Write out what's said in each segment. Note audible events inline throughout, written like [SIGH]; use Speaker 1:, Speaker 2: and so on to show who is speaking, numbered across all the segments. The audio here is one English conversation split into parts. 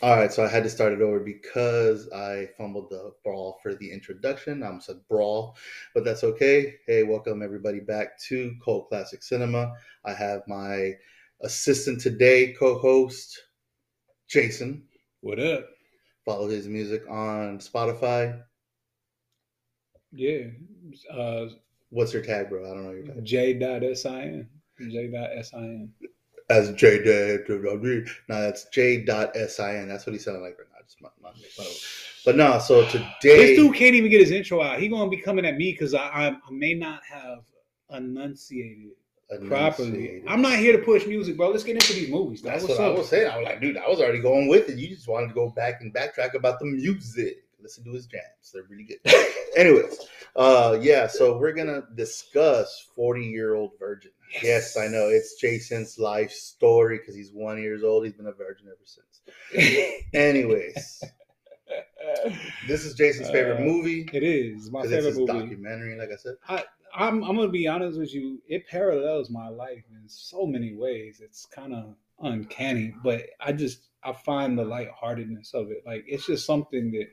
Speaker 1: All right, so I had to start it over because I fumbled the brawl for the introduction. I'm said brawl, but that's okay. Hey, welcome everybody back to Cold Classic Cinema. I have my assistant today, co-host Jason.
Speaker 2: What up?
Speaker 1: Follow his music on Spotify.
Speaker 2: Yeah. Uh,
Speaker 1: What's your tag, bro? I don't know your
Speaker 2: Mm-hmm.
Speaker 1: tag.
Speaker 2: J.S.I.N. J.S.I.N.
Speaker 1: That's J. Now that's J. S.I.N. That's what he sounded like right now. Just not, not make fun of him. But no, so today.
Speaker 2: This dude can't even get his intro out. He gonna be coming at me because I, I I may not have enunciated properly.
Speaker 1: Enunciated.
Speaker 2: I'm not here to push music, bro. Let's get into these movies. dog.
Speaker 1: That's
Speaker 2: What's
Speaker 1: what I
Speaker 2: up?
Speaker 1: was
Speaker 2: [LAUGHS]
Speaker 1: saying. I was like, dude, I was already going with it. You just wanted to go back and backtrack about the music. Listen to his jams; they're really
Speaker 2: [LAUGHS]
Speaker 1: good. Anyways, uh, yeah, so we're gonna discuss forty-year-old virgin. Yes, I know it's Jason's life story because he's one years old. He's been a virgin ever since.
Speaker 2: [LAUGHS]
Speaker 1: Anyways, this is Jason's favorite
Speaker 2: Uh,
Speaker 1: movie
Speaker 2: it is my
Speaker 1: because it's
Speaker 2: favorite
Speaker 1: his
Speaker 2: movie.
Speaker 1: documentary. Like I said,
Speaker 2: I'm I'm gonna be honest with you. It parallels my life in so many ways. It's kind of uncanny, but I just I find the lightheartedness of it. Like it's just something that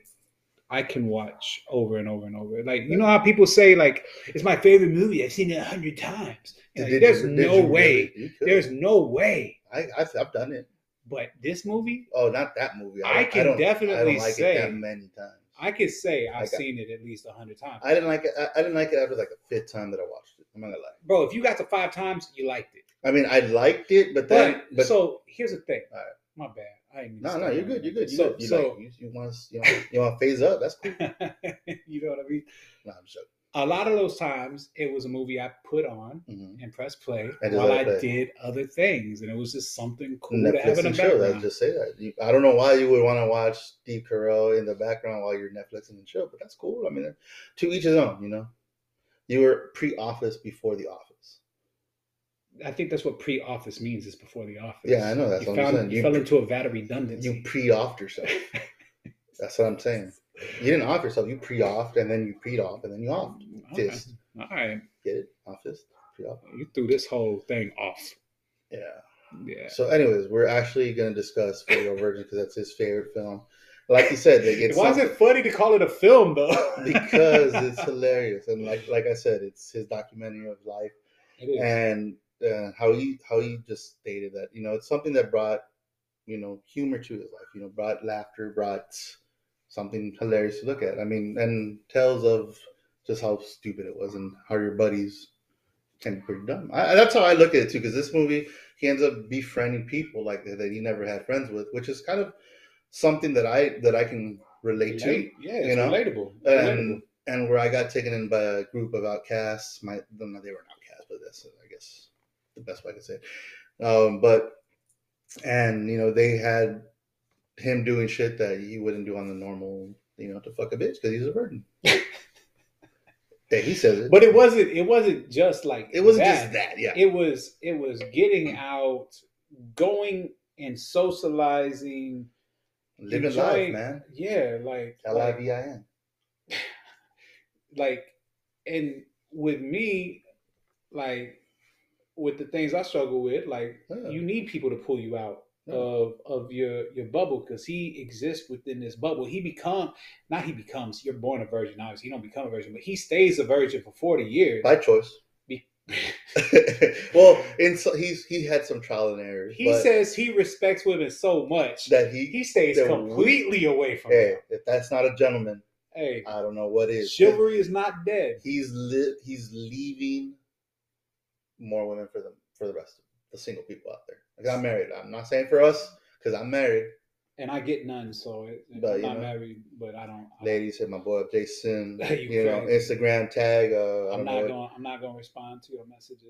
Speaker 2: I can watch over and over and over. Like you know how people say like it's my favorite movie. I've seen it a hundred times. Like,
Speaker 1: Did you-
Speaker 2: there's
Speaker 1: did
Speaker 2: no
Speaker 1: you
Speaker 2: way.
Speaker 1: really? You could.
Speaker 2: There's no way.
Speaker 1: I, I've, I've done it.
Speaker 2: But this movie,
Speaker 1: Oh, not that movie.
Speaker 2: I
Speaker 1: don't-
Speaker 2: can
Speaker 1: don't- I
Speaker 2: definitely
Speaker 1: don't like
Speaker 2: say-
Speaker 1: it that many times.
Speaker 2: I could say
Speaker 1: Like,
Speaker 2: I've
Speaker 1: I-
Speaker 2: seen it at least a hundred times.
Speaker 1: I didn't like it. I, I didn't like it after like the fifth time that I watched it. I'm not gonna lie.
Speaker 2: Bro, if you got to five times, you liked it.
Speaker 1: I mean, I liked it, but then,
Speaker 2: But,
Speaker 1: but
Speaker 2: so here's the thing.
Speaker 1: Alright.
Speaker 2: My bad. I didn't mean to
Speaker 1: no, no,
Speaker 2: start
Speaker 1: you're
Speaker 2: on
Speaker 1: good. You're
Speaker 2: that.
Speaker 1: good. You,
Speaker 2: so,
Speaker 1: like- you,
Speaker 2: so
Speaker 1: like, you, you want to, you know, you want to phase up. That's cool.
Speaker 2: [LAUGHS] you know what I mean.
Speaker 1: No, I'm joking.
Speaker 2: A lot of those times, it was a movie I put on
Speaker 1: Mhm.
Speaker 2: and press play
Speaker 1: I just
Speaker 2: while
Speaker 1: let
Speaker 2: I
Speaker 1: it play.
Speaker 2: did other things, and it was just something cool to
Speaker 1: Netflix
Speaker 2: have in the
Speaker 1: and chill. I
Speaker 2: background.
Speaker 1: just say that. You, I don't know why you would want to watch Steve Carell in the background while you're Netflixing and chill, but that's cool. I mean, to each his own. You know, you were pre-Office before the Office.
Speaker 2: I think that's what pre-office means. Is before the office.
Speaker 1: Yeah, I know, that's
Speaker 2: you
Speaker 1: what I'm
Speaker 2: found-
Speaker 1: saying.
Speaker 2: You,
Speaker 1: You
Speaker 2: fell
Speaker 1: pre-
Speaker 2: into a vat of redundancy.
Speaker 1: You pre-offed yourself. that's what I'm saying. You didn't off yourself. You pre-offed, and then you pre off, and then you offed.
Speaker 2: Okay.
Speaker 1: Fist.
Speaker 2: All right,
Speaker 1: Get it? Office. Pre-off.
Speaker 2: you threw this whole thing off.
Speaker 1: Yeah.
Speaker 2: Yeah.
Speaker 1: So, anyways, we're actually going to discuss Fuego Virgin because that's his favorite film. Like you said, they get
Speaker 2: Why is
Speaker 1: something-
Speaker 2: it funny to call it a film though? [LAUGHS]
Speaker 1: because it's hilarious, and like like I said, it's his documentary of life
Speaker 2: It is.
Speaker 1: and uh, how he how he just stated that you know it's something that brought you know humor to his life. You know, brought laughter, brought something hilarious to look at. I mean, and tells of just how stupid it was and how your buddies can be pretty dumb. I, I- that's how I look at it too, because this movie he ends up befriending people like that, that he never had friends with, which is kind of something that I that I can relate to
Speaker 2: Relate- yeah, it's
Speaker 1: you know, Um,
Speaker 2: relatable.
Speaker 1: and and where I got taken in by a group of outcasts. My well, no, they were not outcasts, but that's I guess the best way I could say. It. Um, but and you know they had him doing shit that he wouldn't do on the normal, you know, to fuck a bitch because he's a
Speaker 2: [LAUGHS]
Speaker 1: virgin. hey, he says it,
Speaker 2: Relatable. But it wasn't. It wasn't just like
Speaker 1: it wasn't just that. Yeah,
Speaker 2: It was. It was getting out, going and socializing.
Speaker 1: living life,
Speaker 2: enjoying-
Speaker 1: man.
Speaker 2: Yeah, like
Speaker 1: L i
Speaker 2: like,
Speaker 1: v i n.
Speaker 2: like, and with me, like with the things I struggle with, like
Speaker 1: Yeah.
Speaker 2: you need people to pull you out.
Speaker 1: Yeah.
Speaker 2: Of, of your your bubble because he exists within this bubble he become not he becomes you're born a virgin obviously you don't become a virgin but he stays a virgin for 40 years
Speaker 1: By choice.
Speaker 2: Be-
Speaker 1: [LAUGHS] well, in so, he's he had some trial and errors.
Speaker 2: He
Speaker 1: but
Speaker 2: says he respects women so much
Speaker 1: that he,
Speaker 2: he stays
Speaker 1: that
Speaker 2: completely away from
Speaker 1: hey,
Speaker 2: them.
Speaker 1: if that's not a gentleman,
Speaker 2: Hey,
Speaker 1: I don't know what is.
Speaker 2: chivalry is not dead.
Speaker 1: He's li- he's leaving more women for the for the rest of the single people out there. Like I'm married. I'm not saying for us because I'm married.
Speaker 2: Uh-huh. And I get none, so it,
Speaker 1: But,
Speaker 2: I'm
Speaker 1: you
Speaker 2: not
Speaker 1: know.
Speaker 2: married, but I don't. I don't-
Speaker 1: Ladies, hit my boy up, Jason.
Speaker 2: [LAUGHS] You
Speaker 1: you know,
Speaker 2: crazy.
Speaker 1: Instagram tag. Uh, I
Speaker 2: I'm
Speaker 1: don't
Speaker 2: not
Speaker 1: know.
Speaker 2: going. I'm not going to respond to your messages.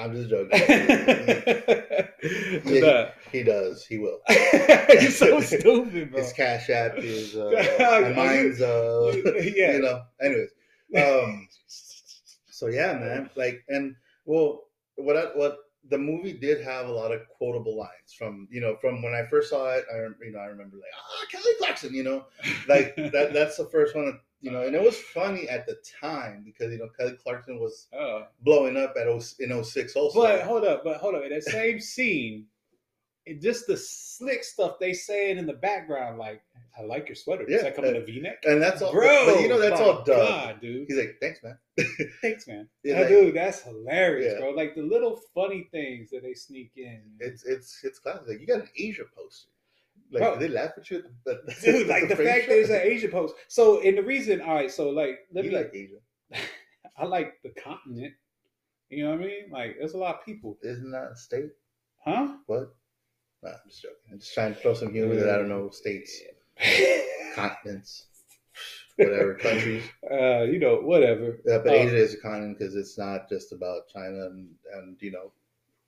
Speaker 1: I'm just joking. [LAUGHS] Yeah. [LAUGHS] he does. He
Speaker 2: [LAUGHS]
Speaker 1: will.
Speaker 2: You're so stupid, bro.
Speaker 1: His cash app is
Speaker 2: [LAUGHS]
Speaker 1: uh, and mine's uh,
Speaker 2: yeah.
Speaker 1: you know. Anyways, um, So yeah, man. Like, and well, what I, what the movie did have a lot of quotable lines from you know from when I first saw it. I rem- you know I remember like ah Kelly Clarkson, you know,
Speaker 2: [LAUGHS]
Speaker 1: like that that's the first one. that- You know, and it was funny at the time because you know Kelly Clarkson was
Speaker 2: Oh.
Speaker 1: blowing up at 0, in 06 also.
Speaker 2: But hold up, but hold up. In that same scene, it, just the slick stuff they saying in the background, like, I like your sweater. Does
Speaker 1: Yeah,
Speaker 2: that come in a V neck?
Speaker 1: And that's all,
Speaker 2: Bro,
Speaker 1: but you know, that's
Speaker 2: my
Speaker 1: all done.
Speaker 2: God, dude.
Speaker 1: He's like, thanks, man.
Speaker 2: Thanks, man.
Speaker 1: Yeah,
Speaker 2: Nah,
Speaker 1: like,
Speaker 2: dude, that's hilarious,
Speaker 1: Yeah.
Speaker 2: bro. Like the little funny things that they sneak in.
Speaker 1: It's [LAUGHS] it's it's classic. Like, you got an Asia poster. Like,
Speaker 2: Bro.
Speaker 1: did they laugh at you? At the, at
Speaker 2: dude,
Speaker 1: [LAUGHS]
Speaker 2: like the,
Speaker 1: frame
Speaker 2: fact
Speaker 1: shot?
Speaker 2: that it's an Asia post. So, and the reason, all right, so like, let
Speaker 1: you
Speaker 2: me,
Speaker 1: like Asia.
Speaker 2: I like the continent. You know what I mean? Like, there's a lot of people,
Speaker 1: Isn't that a state?
Speaker 2: huh?
Speaker 1: What? Nah, I'm just joking. I'm just trying to throw some humor that I don't know states, continents,
Speaker 2: [LAUGHS]
Speaker 1: whatever countries.
Speaker 2: [LAUGHS] uh, you know, whatever.
Speaker 1: Yeah, but
Speaker 2: Oh.
Speaker 1: Asia is a continent because it's not just about China and, and you know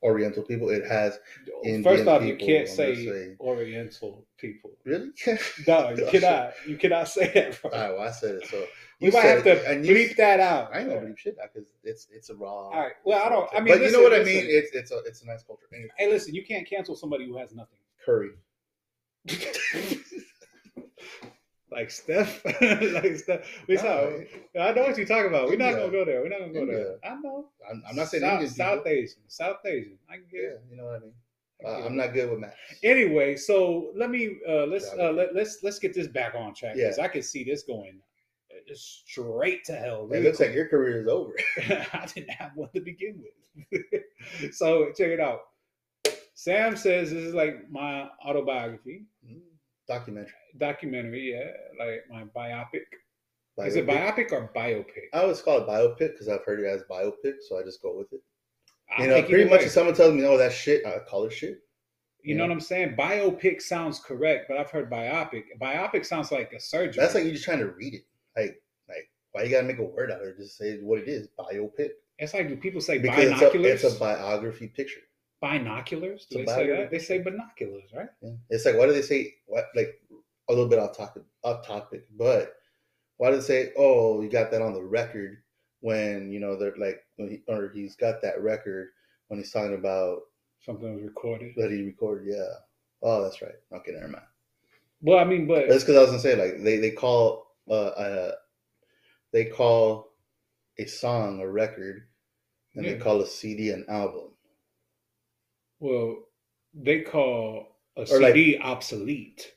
Speaker 1: Oriental people. It has Indian
Speaker 2: First off, you
Speaker 1: people,
Speaker 2: can't
Speaker 1: I'm
Speaker 2: say,
Speaker 1: gonna say.
Speaker 2: Oriental people.
Speaker 1: really. [LAUGHS]
Speaker 2: No, you cannot. You cannot say that, bro.
Speaker 1: All right, well, I said it. So
Speaker 2: we
Speaker 1: you
Speaker 2: might
Speaker 1: said
Speaker 2: have to
Speaker 1: it, and you-
Speaker 2: bleep that out.
Speaker 1: I ain't gonna bleep shit out because it's it's a raw.
Speaker 2: All right. Well, I don't. I mean,
Speaker 1: but you know what
Speaker 2: listen,
Speaker 1: I mean.
Speaker 2: listen.
Speaker 1: It's it's a it's a nice culture. Anyway,
Speaker 2: hey, listen, you can't cancel somebody who has nothing.
Speaker 1: curry.
Speaker 2: like Steph, [LAUGHS] like Steph. We saw.
Speaker 1: No,
Speaker 2: I know what you're talking about. We're not
Speaker 1: India.
Speaker 2: gonna go there. We're not gonna go
Speaker 1: India.
Speaker 2: there. I know.
Speaker 1: I'm, I'm not saying
Speaker 2: South,
Speaker 1: Indian
Speaker 2: South
Speaker 1: people.
Speaker 2: Asian. South Asian. I can get
Speaker 1: Yeah,
Speaker 2: it.
Speaker 1: you know what I mean.
Speaker 2: I can
Speaker 1: Uh,
Speaker 2: get
Speaker 1: I'm
Speaker 2: it.
Speaker 1: not good with math.
Speaker 2: Anyway, so let me uh, let's
Speaker 1: Got it.
Speaker 2: uh, let, let's let's get this back on track because I can see this going uh, straight to hell.
Speaker 1: It
Speaker 2: really
Speaker 1: looks like your career is over. [LAUGHS]
Speaker 2: [LAUGHS] I didn't have one to begin with. [LAUGHS] so check it out. Sam says this is like my autobiography
Speaker 1: Documentary.
Speaker 2: documentary, yeah, like my biopic. Is it
Speaker 1: Biopic.
Speaker 2: biopic or biopic?
Speaker 1: I always call it biopic because I've heard it as biopic, so I just go with it.
Speaker 2: I
Speaker 1: You know,
Speaker 2: think
Speaker 1: pretty
Speaker 2: either
Speaker 1: much
Speaker 2: way.
Speaker 1: if someone tells me, "Oh, that shit," I call it shit.
Speaker 2: You know what I'm saying? Biopic sounds correct, but I've heard biopic. Biopic sounds like a surgery.
Speaker 1: That's like you just trying to read it. Like, like why you gotta make a word out of it? Just say what it is. Biopic
Speaker 2: it's like do people say
Speaker 1: because it's a,
Speaker 2: binoculars?
Speaker 1: it's a biography picture.
Speaker 2: binoculars? Do they
Speaker 1: it's a
Speaker 2: say that?
Speaker 1: biography.
Speaker 2: They say binoculars, right?
Speaker 1: Yeah. It's like why do they say what? Like a little bit off topic, off topic, but why do they say, "Oh, you got that on the record"? When you know they're like, when he, or he's got that record when he's talking about
Speaker 2: Something was recorded.
Speaker 1: that he recorded. Yeah. Oh, that's right. Okay, never mind.
Speaker 2: Well, I mean, but
Speaker 1: That's because I was gonna say like they they call uh, uh they call a song a record, and
Speaker 2: Yeah.
Speaker 1: they call a CD an album.
Speaker 2: well, they call a
Speaker 1: Or like-
Speaker 2: CD obsolete.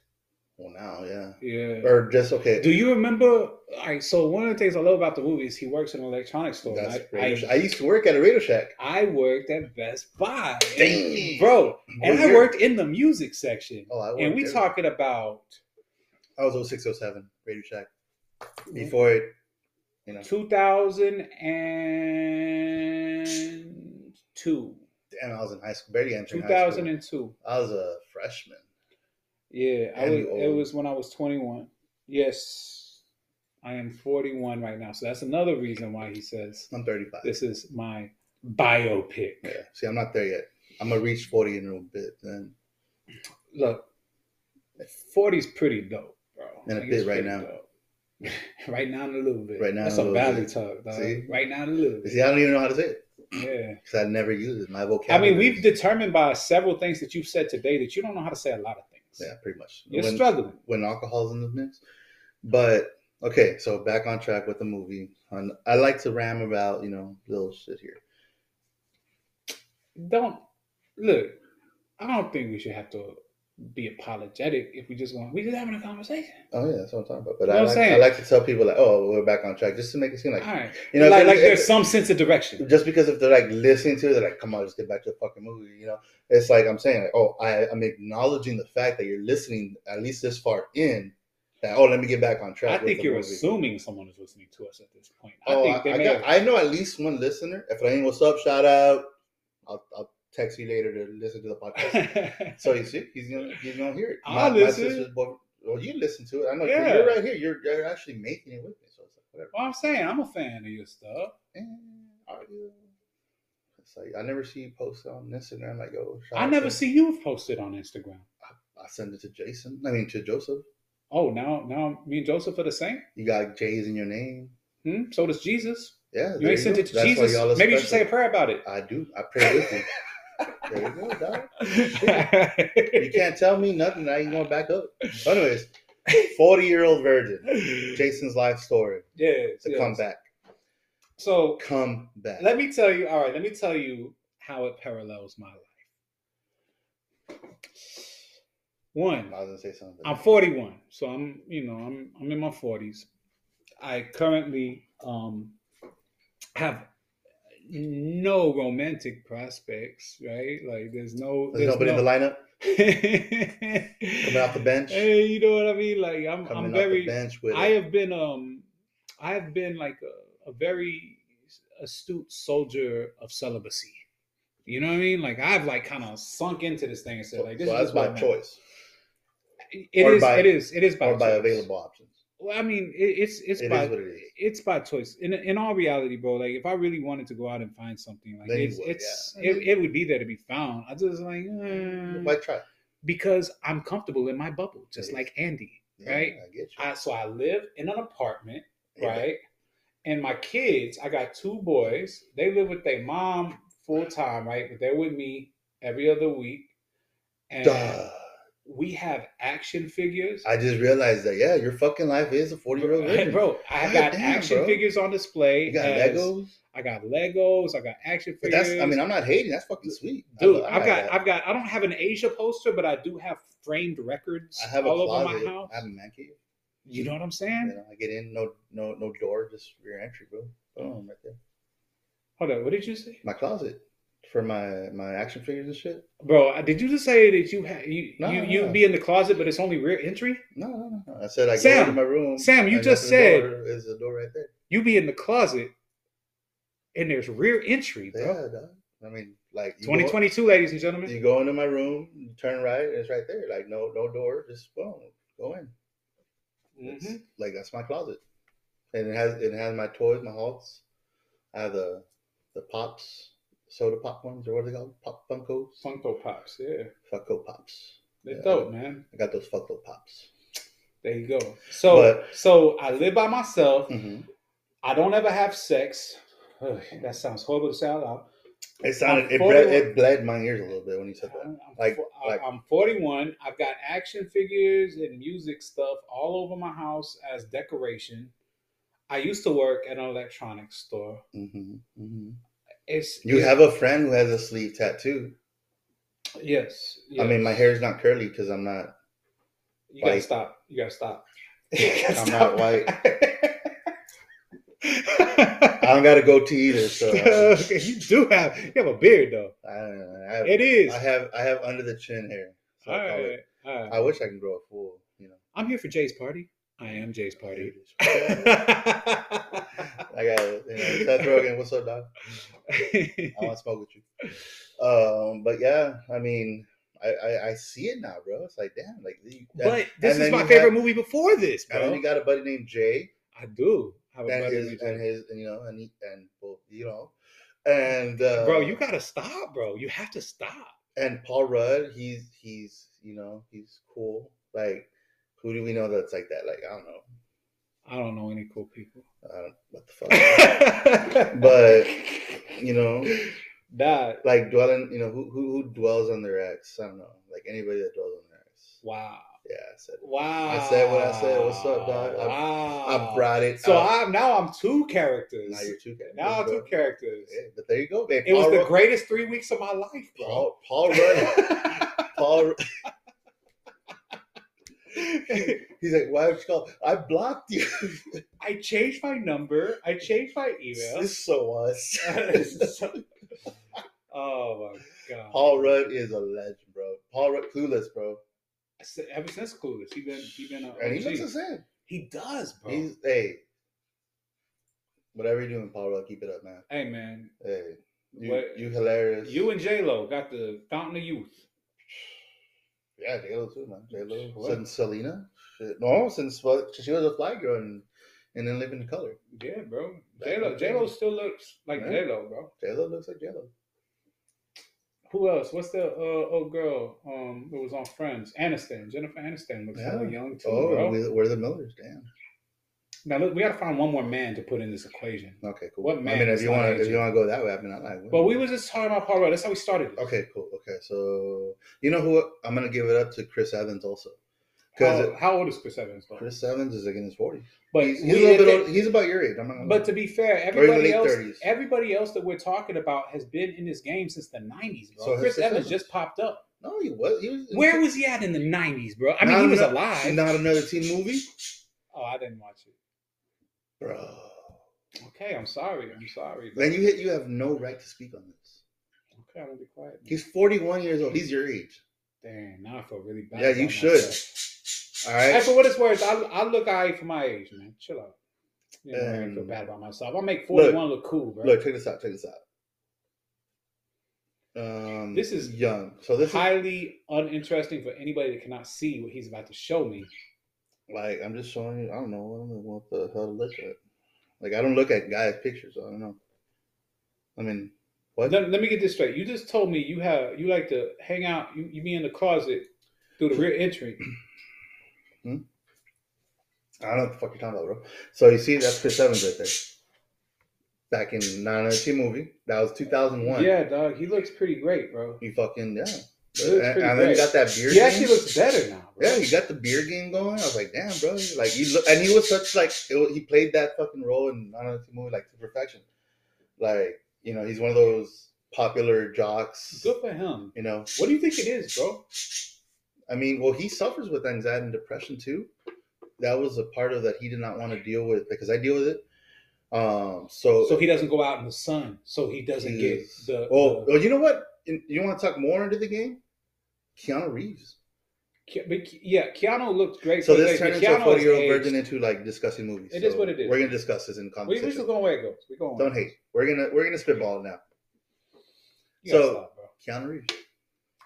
Speaker 1: Well, now, yeah,
Speaker 2: Yeah.
Speaker 1: or just okay.
Speaker 2: Do you remember? All right, so one of the things I love about the movie is he works in an electronics store.
Speaker 1: that's
Speaker 2: and
Speaker 1: Radio Shack.
Speaker 2: I,
Speaker 1: I used to work at a Radio Shack.
Speaker 2: I, I worked at Best Buy,
Speaker 1: Damn.
Speaker 2: bro, and
Speaker 1: Weird.
Speaker 2: I worked in the music section.
Speaker 1: Oh, I worked
Speaker 2: and we
Speaker 1: there.
Speaker 2: talking about
Speaker 1: I was 0607 Radio Shack before it. You know,
Speaker 2: 2002,
Speaker 1: and I was in high school, barely entering high school.
Speaker 2: 2002.
Speaker 1: I was a freshman.
Speaker 2: Yeah, I
Speaker 1: And
Speaker 2: was,
Speaker 1: you
Speaker 2: it
Speaker 1: old.
Speaker 2: was when I was 21. Yes, I am 41 right now, so that's another reason why he says
Speaker 1: I'm 35.
Speaker 2: this is my biopic.
Speaker 1: Yeah. See, I'm not there yet. I'm gonna reach 40 in a little bit, then
Speaker 2: look, 40's pretty dope, bro.
Speaker 1: In a
Speaker 2: Like,
Speaker 1: bit
Speaker 2: it's
Speaker 1: right
Speaker 2: pretty
Speaker 1: now.
Speaker 2: dope. [LAUGHS] right now in a little bit.
Speaker 1: Right now
Speaker 2: That's
Speaker 1: in a
Speaker 2: some
Speaker 1: little
Speaker 2: valley
Speaker 1: bit.
Speaker 2: talk, dog.
Speaker 1: See?
Speaker 2: Right now in a little bit.
Speaker 1: see, I don't even know how to say it
Speaker 2: Yeah.
Speaker 1: because I never use it. My
Speaker 2: I
Speaker 1: vocabulary.
Speaker 2: mean, we've determined by several things that you've said today that you don't know how to say a lot of things.
Speaker 1: yeah, pretty much.
Speaker 2: You're
Speaker 1: When-
Speaker 2: struggling.
Speaker 1: when alcohol's in the mix. But okay, so back on track with the movie. And I like to ram about, you know, little shit here.
Speaker 2: Don't look. I don't think we should have to be apologetic if we just want. We just having a conversation.
Speaker 1: Oh yeah, that's what I'm talking about. But
Speaker 2: You know
Speaker 1: I
Speaker 2: what
Speaker 1: like,
Speaker 2: I'm saying?
Speaker 1: I like to tell people like, oh, we're back on track, just to make it seem like
Speaker 2: All right.
Speaker 1: you know,
Speaker 2: like,
Speaker 1: if-
Speaker 2: like
Speaker 1: if-
Speaker 2: there's some sense of direction.
Speaker 1: just because if they're like listening to it, they're like, come on, just get back to the fucking movie. You know, it's like I'm saying, like, oh, I, I'm acknowledging the fact that you're listening at least this far in. That oh, let me get back on track.
Speaker 2: I
Speaker 1: with
Speaker 2: think
Speaker 1: the
Speaker 2: you're
Speaker 1: movie.
Speaker 2: assuming someone is listening to us at this point. I
Speaker 1: Oh, I,
Speaker 2: think they
Speaker 1: I
Speaker 2: may
Speaker 1: got-
Speaker 2: have
Speaker 1: I know at least one listener. If I ain't what's up, shout out. I'll, I'll text you later to listen to the podcast. [LAUGHS]
Speaker 2: [LAUGHS]
Speaker 1: So you see, he's gonna he's gonna hear it.
Speaker 2: I'll listen.
Speaker 1: boy- well, you listen to it. I know
Speaker 2: Yeah.
Speaker 1: you're right here. You're, you're actually making it with me. So it's like whatever.
Speaker 2: well, I'm saying I'm a fan of your stuff.
Speaker 1: And are you? It's like I never see you post on Instagram. Like yo, shout
Speaker 2: I
Speaker 1: out
Speaker 2: never
Speaker 1: to-
Speaker 2: see you posted on Instagram.
Speaker 1: I send it to Jason. I mean to Joseph.
Speaker 2: Oh, now now me and Joseph are the same.
Speaker 1: You got J's in your name.
Speaker 2: Hmm? So does Jesus.
Speaker 1: Yeah,
Speaker 2: You
Speaker 1: there
Speaker 2: ain't sent
Speaker 1: go.
Speaker 2: it to
Speaker 1: That's why
Speaker 2: Jesus.
Speaker 1: y'all are
Speaker 2: Maybe you should say a
Speaker 1: special.
Speaker 2: prayer about it.
Speaker 1: I do. I pray with you.
Speaker 2: [LAUGHS]
Speaker 1: there you go, dog. You
Speaker 2: you
Speaker 1: can't tell me nothing. Now you gonna back up. Anyways, forty-year-old virgin. Jason's life story.
Speaker 2: Yes,
Speaker 1: The
Speaker 2: yes.
Speaker 1: comeback.
Speaker 2: So
Speaker 1: Come back.
Speaker 2: let me tell you. All right, let me tell you how it parallels my life.
Speaker 1: I
Speaker 2: One,
Speaker 1: was gonna say something.
Speaker 2: I'm 41, so I'm you know I'm I'm in my 40s. I currently um have no romantic prospects, right? Like there's no
Speaker 1: There's nobody
Speaker 2: no,
Speaker 1: in the lineup
Speaker 2: coming [LAUGHS]
Speaker 1: coming off the bench.
Speaker 2: Hey, you know what I mean? Like I'm
Speaker 1: Coming
Speaker 2: I'm
Speaker 1: off the
Speaker 2: very
Speaker 1: bench with
Speaker 2: I
Speaker 1: it.
Speaker 2: have been um I have been like a, a very astute soldier of celibacy. You know what I mean? Like I've like kind of sunk into this thing and said
Speaker 1: so,
Speaker 2: like
Speaker 1: so
Speaker 2: this is
Speaker 1: that's
Speaker 2: what
Speaker 1: by
Speaker 2: I'm-
Speaker 1: choice
Speaker 2: It
Speaker 1: Or
Speaker 2: is.
Speaker 1: by-
Speaker 2: it is. It is by
Speaker 1: or by
Speaker 2: choice.
Speaker 1: available options.
Speaker 2: Well, I mean, it, it's it's
Speaker 1: It is
Speaker 2: by
Speaker 1: what it is.
Speaker 2: it's by choice. In in all reality, bro, like if I really wanted to go out and find something, like
Speaker 1: Then you
Speaker 2: it's
Speaker 1: would,
Speaker 2: it's
Speaker 1: yeah.
Speaker 2: it, it would be there to be found. I just like eh,
Speaker 1: Why try?
Speaker 2: because I'm comfortable in my bubble, just
Speaker 1: Yeah.
Speaker 2: like Andy,
Speaker 1: Yeah,
Speaker 2: right?
Speaker 1: I get you.
Speaker 2: I, so I live in an apartment
Speaker 1: Yeah.
Speaker 2: right? And my kids, I got two boys. They live with their mom full time, right? But they're with me every other week. And
Speaker 1: Duh.
Speaker 2: we have action figures.
Speaker 1: I just realized that. Yeah, your fucking life is a forty-year-old
Speaker 2: Hey,
Speaker 1: virgin.
Speaker 2: bro, I
Speaker 1: God
Speaker 2: got
Speaker 1: damn,
Speaker 2: action
Speaker 1: bro.
Speaker 2: figures on display.
Speaker 1: You got
Speaker 2: as-
Speaker 1: Legos.
Speaker 2: I got Legos. I got action
Speaker 1: But
Speaker 2: figures.
Speaker 1: that's. I mean, I'm not hating. That's fucking sweet. I
Speaker 2: dude,
Speaker 1: love- I
Speaker 2: I've
Speaker 1: like
Speaker 2: got,
Speaker 1: that.
Speaker 2: I've got, I don't have an Asia poster, but I do have framed records
Speaker 1: I have a
Speaker 2: all over
Speaker 1: closet.
Speaker 2: my house.
Speaker 1: I have a man cave.
Speaker 2: you know what I'm
Speaker 1: You
Speaker 2: saying?
Speaker 1: know, I get in, no, no, no door, just rear entry, bro.
Speaker 2: Hmm.
Speaker 1: Boom, right there.
Speaker 2: Hold on, what did you say,
Speaker 1: My closet for my my action figures and shit.
Speaker 2: bro? Did you just say that you ha- you
Speaker 1: No,
Speaker 2: you
Speaker 1: no,
Speaker 2: you
Speaker 1: no.
Speaker 2: be in the closet, but it's only rear entry?
Speaker 1: No, no, no. no. I said I
Speaker 2: Sam,
Speaker 1: go to my room.
Speaker 2: Sam, you
Speaker 1: I go
Speaker 2: just
Speaker 1: to the
Speaker 2: said-
Speaker 1: door, there's the door right there.
Speaker 2: you be in the closet and there's rear entry, bro.
Speaker 1: Yeah, dog. I mean, like you go-
Speaker 2: 2022, ladies and gentlemen.
Speaker 1: You go into my room, you turn right, and it's right there. Like no, no door, just boom, go in. It's-
Speaker 2: Mhm.
Speaker 1: Like that's my closet, and it has it has my toys, my halts. I have the the pops, soda pop ones, or what are they called? Pop Funkos,
Speaker 2: Funko Pops, yeah.
Speaker 1: Funko Pops.
Speaker 2: They're
Speaker 1: Yeah.
Speaker 2: dope, man.
Speaker 1: I got those Funko Pops.
Speaker 2: There you go. So
Speaker 1: But-
Speaker 2: so I live by myself.
Speaker 1: Mm-hmm.
Speaker 2: I don't ever have sex. Ugh, that sounds horrible to say out loud.
Speaker 1: It sounded it,
Speaker 2: I'm
Speaker 1: bled,
Speaker 2: 41.
Speaker 1: it bled my ears a little bit when you said that.
Speaker 2: I'm,
Speaker 1: Like-
Speaker 2: fo- I-
Speaker 1: like-
Speaker 2: I'm 41. I've got action figures and music stuff all over my house as decoration. I used to work at an electronics store.
Speaker 1: hmm hmm
Speaker 2: It's
Speaker 1: You
Speaker 2: it's-
Speaker 1: have a friend who has a sleeve tattoo.
Speaker 2: yes,
Speaker 1: I mean,
Speaker 2: yes.
Speaker 1: my hair's not curly because I'm
Speaker 2: [LAUGHS]
Speaker 1: not.
Speaker 2: You gotta
Speaker 1: like-
Speaker 2: stop. You gotta [LAUGHS] stop.
Speaker 1: I'm
Speaker 2: [LAUGHS]
Speaker 1: not white. I uh, don't got a goatee either,
Speaker 2: [LAUGHS]
Speaker 1: so I,
Speaker 2: okay, you do have you have a beard though.
Speaker 1: I don't know. I have,
Speaker 2: It is.
Speaker 1: I have I have under the chin hair. So
Speaker 2: all
Speaker 1: I call it-
Speaker 2: right, all right.
Speaker 1: I wish I can grow a full, you know.
Speaker 2: I'm here for Jay's party. I am Jay's party.
Speaker 1: [LAUGHS]
Speaker 2: [LAUGHS]
Speaker 1: I got it. You know, Seth Rogen, what's up, dog? I want to smoke with you. Um, but yeah, I mean, I, I I see it now, bro. It's like damn, like you,
Speaker 2: but
Speaker 1: and
Speaker 2: this is
Speaker 1: then
Speaker 2: my
Speaker 1: you
Speaker 2: favorite
Speaker 1: got-
Speaker 2: movie before this,
Speaker 1: and then
Speaker 2: bro.
Speaker 1: you got a buddy named Jay,
Speaker 2: I do have a
Speaker 1: and
Speaker 2: buddy
Speaker 1: his
Speaker 2: named
Speaker 1: and
Speaker 2: Jay.
Speaker 1: his and you know and he, and well, you know, and uh,
Speaker 2: Bro, you gotta stop, bro. You have to stop.
Speaker 1: and Paul Rudd, he's he's you know he's cool. Like, who do we know that's like that? Like, I don't know,
Speaker 2: I don't know any cool
Speaker 1: [LAUGHS]
Speaker 2: people. [LAUGHS]
Speaker 1: I don't, what the fuck. but you know,
Speaker 2: that
Speaker 1: like dwelling, you know, who who, who dwells on their ex? I don't know, like anybody that dwells on their ex.
Speaker 2: wow.
Speaker 1: Yeah, I said. it.
Speaker 2: Wow.
Speaker 1: I said what I said. What's up, dog? I-
Speaker 2: Wow.
Speaker 1: I brought it.
Speaker 2: so
Speaker 1: up.
Speaker 2: I'm now I'm two characters.
Speaker 1: Oh. now you're two characters.
Speaker 2: Now I'm
Speaker 1: bro. [LAUGHS]
Speaker 2: two characters.
Speaker 1: Yeah, but there you go, babe.
Speaker 2: It was the
Speaker 1: Rudd-
Speaker 2: greatest three weeks of my life, bro.
Speaker 1: Paul, Paul
Speaker 2: [LAUGHS]
Speaker 1: Rudd. Paul. Rudd- [LAUGHS] He's like, why would you call? I blocked you.
Speaker 2: I changed my number. I changed my
Speaker 1: [LAUGHS]
Speaker 2: email.
Speaker 1: This so us.
Speaker 2: [LAUGHS] oh my god!
Speaker 1: [LAUGHS] Paul Rudd is a legend, bro. Paul Rudd, clueless, bro,
Speaker 2: I said- Ever since Clueless, he been he been a
Speaker 1: and he
Speaker 2: OG.
Speaker 1: looks the same.
Speaker 2: He does, bro.
Speaker 1: He's hey, whatever you're doing, Paul Rudd, keep it up, man.
Speaker 2: hey man,
Speaker 1: Hey, you,
Speaker 2: What-
Speaker 1: you hilarious.
Speaker 2: you and J Lo got the Fountain of Youth.
Speaker 1: yeah, J Lo too, man. J Lo
Speaker 2: What?
Speaker 1: since Selena, Shit. no, since well, she was a fly girl and and then living in color.
Speaker 2: Yeah, bro. J Lo J Lo still looks like
Speaker 1: Yeah.
Speaker 2: J Lo, bro.
Speaker 1: J Lo looks like J Lo.
Speaker 2: Who else? What's the uh, old girl um that was on Friends? Aniston. Jennifer Aniston looks hella
Speaker 1: Yeah.
Speaker 2: young too,
Speaker 1: Oh,
Speaker 2: bro.
Speaker 1: we, we're the Millers. Damn.
Speaker 2: Now look, we gotta find one more man to put in this equation.
Speaker 1: Okay, cool.
Speaker 2: What
Speaker 1: I
Speaker 2: man
Speaker 1: mean, if
Speaker 2: is
Speaker 1: you
Speaker 2: not
Speaker 1: want to, if
Speaker 2: aging?
Speaker 1: you want to go that way, I mean, I like. women.
Speaker 2: But we was just talking about Paul Rudd. That's how we started. this.
Speaker 1: Okay, cool. Okay, so you know who I'm gonna give it up to Chris Evans also, because
Speaker 2: How, how old is Chris Evans? Though?
Speaker 1: Chris Evans is like in his 40s.
Speaker 2: but
Speaker 1: He's, he's
Speaker 2: we
Speaker 1: a little
Speaker 2: didn't
Speaker 1: bit.
Speaker 2: think-
Speaker 1: Old, he's about your age. I'm not gonna
Speaker 2: But
Speaker 1: lie.
Speaker 2: to be fair,
Speaker 1: the
Speaker 2: everybody
Speaker 1: late
Speaker 2: else,
Speaker 1: 30s.
Speaker 2: everybody else that we're talking about has been in this game since the '90s, bro.
Speaker 1: So has
Speaker 2: Chris
Speaker 1: Chris
Speaker 2: Evans
Speaker 1: Evans.
Speaker 2: just popped up.
Speaker 1: No, he was. He was
Speaker 3: Where was he at in the '90s, bro? I mean,
Speaker 1: Not
Speaker 3: he was
Speaker 1: ano-
Speaker 3: alive.
Speaker 1: Not another teen movie,
Speaker 2: Oh, I didn't watch it.
Speaker 1: bro.
Speaker 2: Okay, I'm sorry. I'm sorry. bro.
Speaker 1: Then you hit. You have no right to speak on this.
Speaker 2: Okay, I'm gonna be quiet. man.
Speaker 1: He's 41 years old. He's your age.
Speaker 2: Damn, now I feel really bad.
Speaker 1: Yeah, you
Speaker 2: about
Speaker 1: should.
Speaker 2: myself.
Speaker 1: All
Speaker 2: Hey,
Speaker 1: right.
Speaker 2: for what it's worth, I, I look all right for my age, man. Chill out. You know, I ain't feel
Speaker 1: Um,
Speaker 2: bad about myself. I make 41 look, cool, bro.
Speaker 1: Look, check this out. Check this out. Um,
Speaker 2: This is
Speaker 1: young. So this is
Speaker 2: Highly uninteresting for anybody that cannot see what he's about to show me.
Speaker 1: like I'm just showing you. I don't know. I don't know what the hell to look at. Like I don't look at guys' pictures. So I don't know. I mean, what?
Speaker 2: Let, let me get this straight. You just told me you have you like to hang out, you, you be in the closet through the rear entry.
Speaker 1: I don't know what the fuck you're talking about, bro. So you see, that's Chris Evans right there. Back in 902 movie. That was 2001.
Speaker 2: Yeah, dog. He looks pretty great, bro.
Speaker 1: You fucking yeah.
Speaker 2: He looks
Speaker 1: And,
Speaker 2: pretty
Speaker 1: and then you
Speaker 2: great.
Speaker 1: got that beard.
Speaker 2: He actually
Speaker 1: game.
Speaker 2: looks better now, bro.
Speaker 1: Yeah, he got the beer game going. I was like, damn, bro. Like he look, and he was such like it was, he played that fucking role in another movie like to perfection. Like you know, he's one of those popular jocks.
Speaker 2: Good for him.
Speaker 1: You know,
Speaker 2: What do you think it is, bro?
Speaker 1: I mean, well, he suffers with anxiety and depression too. That was a part of that he did not want to deal with because I deal with it. Um, so,
Speaker 2: So he doesn't go out in the sun, so he doesn't get
Speaker 1: he's-
Speaker 2: the,
Speaker 1: well,
Speaker 2: the
Speaker 1: well, Oh, you know what? You- You want to talk more into the game? Keanu Reeves.
Speaker 2: Ke- but Ke- yeah, Keanu looked great.
Speaker 1: So
Speaker 2: for
Speaker 1: this
Speaker 2: his age,
Speaker 1: turned
Speaker 2: but
Speaker 1: into a
Speaker 2: Keanu is
Speaker 1: forty-year-old
Speaker 2: aged.
Speaker 1: virgin into like discussing movies.
Speaker 2: It is
Speaker 1: So
Speaker 2: what it is.
Speaker 1: We're gonna discuss this in
Speaker 2: We,
Speaker 1: conversation.
Speaker 2: we still going where it goes. We going.
Speaker 1: Don't hate. We're gonna we're gonna spitball now.
Speaker 2: You gotta
Speaker 1: So-
Speaker 2: stop, bro.
Speaker 1: Keanu Reeves.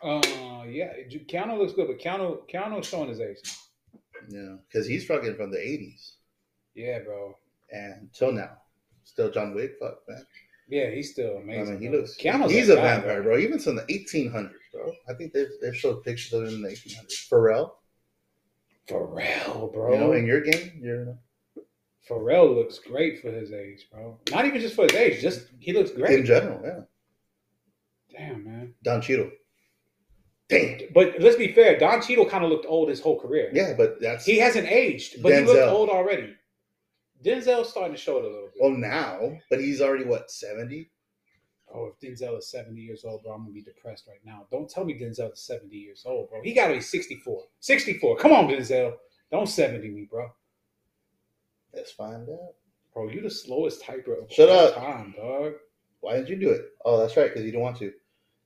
Speaker 2: Uh, yeah, Ju- Keanu looks good, but Keanu Keanu's showing his age now.
Speaker 1: Yeah, because he's fucking from the '80s
Speaker 2: Yeah, bro.
Speaker 1: and till now, still John Wick. Fuck man.
Speaker 2: Yeah, he's still
Speaker 1: I
Speaker 2: amazing.
Speaker 1: mean, he
Speaker 2: bro.
Speaker 1: looks.
Speaker 2: Keanu's
Speaker 1: he's a
Speaker 2: that guy,
Speaker 1: vampire, bro. Even from the 1800s, bro. I think they've they've showed pictures of him in the 1800s. Pharrell,
Speaker 2: Pharrell, bro.
Speaker 1: you know, in your game, you're
Speaker 2: Pharrell looks great for his age, bro. Not even just for his age, just he looks great.
Speaker 1: in general, yeah.
Speaker 2: Damn, man.
Speaker 1: Don Cheadle. Damn.
Speaker 2: But let's be fair. Don Cheadle kind of looked old his whole career.
Speaker 1: Yeah, but that's
Speaker 2: He hasn't aged, but he looked
Speaker 1: Denzel.
Speaker 2: old already. Denzel's starting to show it a little bit.
Speaker 1: well oh, now, but he's already what 70.
Speaker 2: Oh, if Denzel is 70 years old, bro, I'm going to be depressed right now. Don't tell me Denzel is 70 years old, bro. He got to be 64. 64. Come on, Denzel. Don't 70 me, bro.
Speaker 1: Let's find out.
Speaker 2: Bro, you the slowest typer of
Speaker 1: Shut
Speaker 2: all
Speaker 1: up.
Speaker 2: time, dog.
Speaker 1: Why did you do it? Oh, that's right, because you don't want to.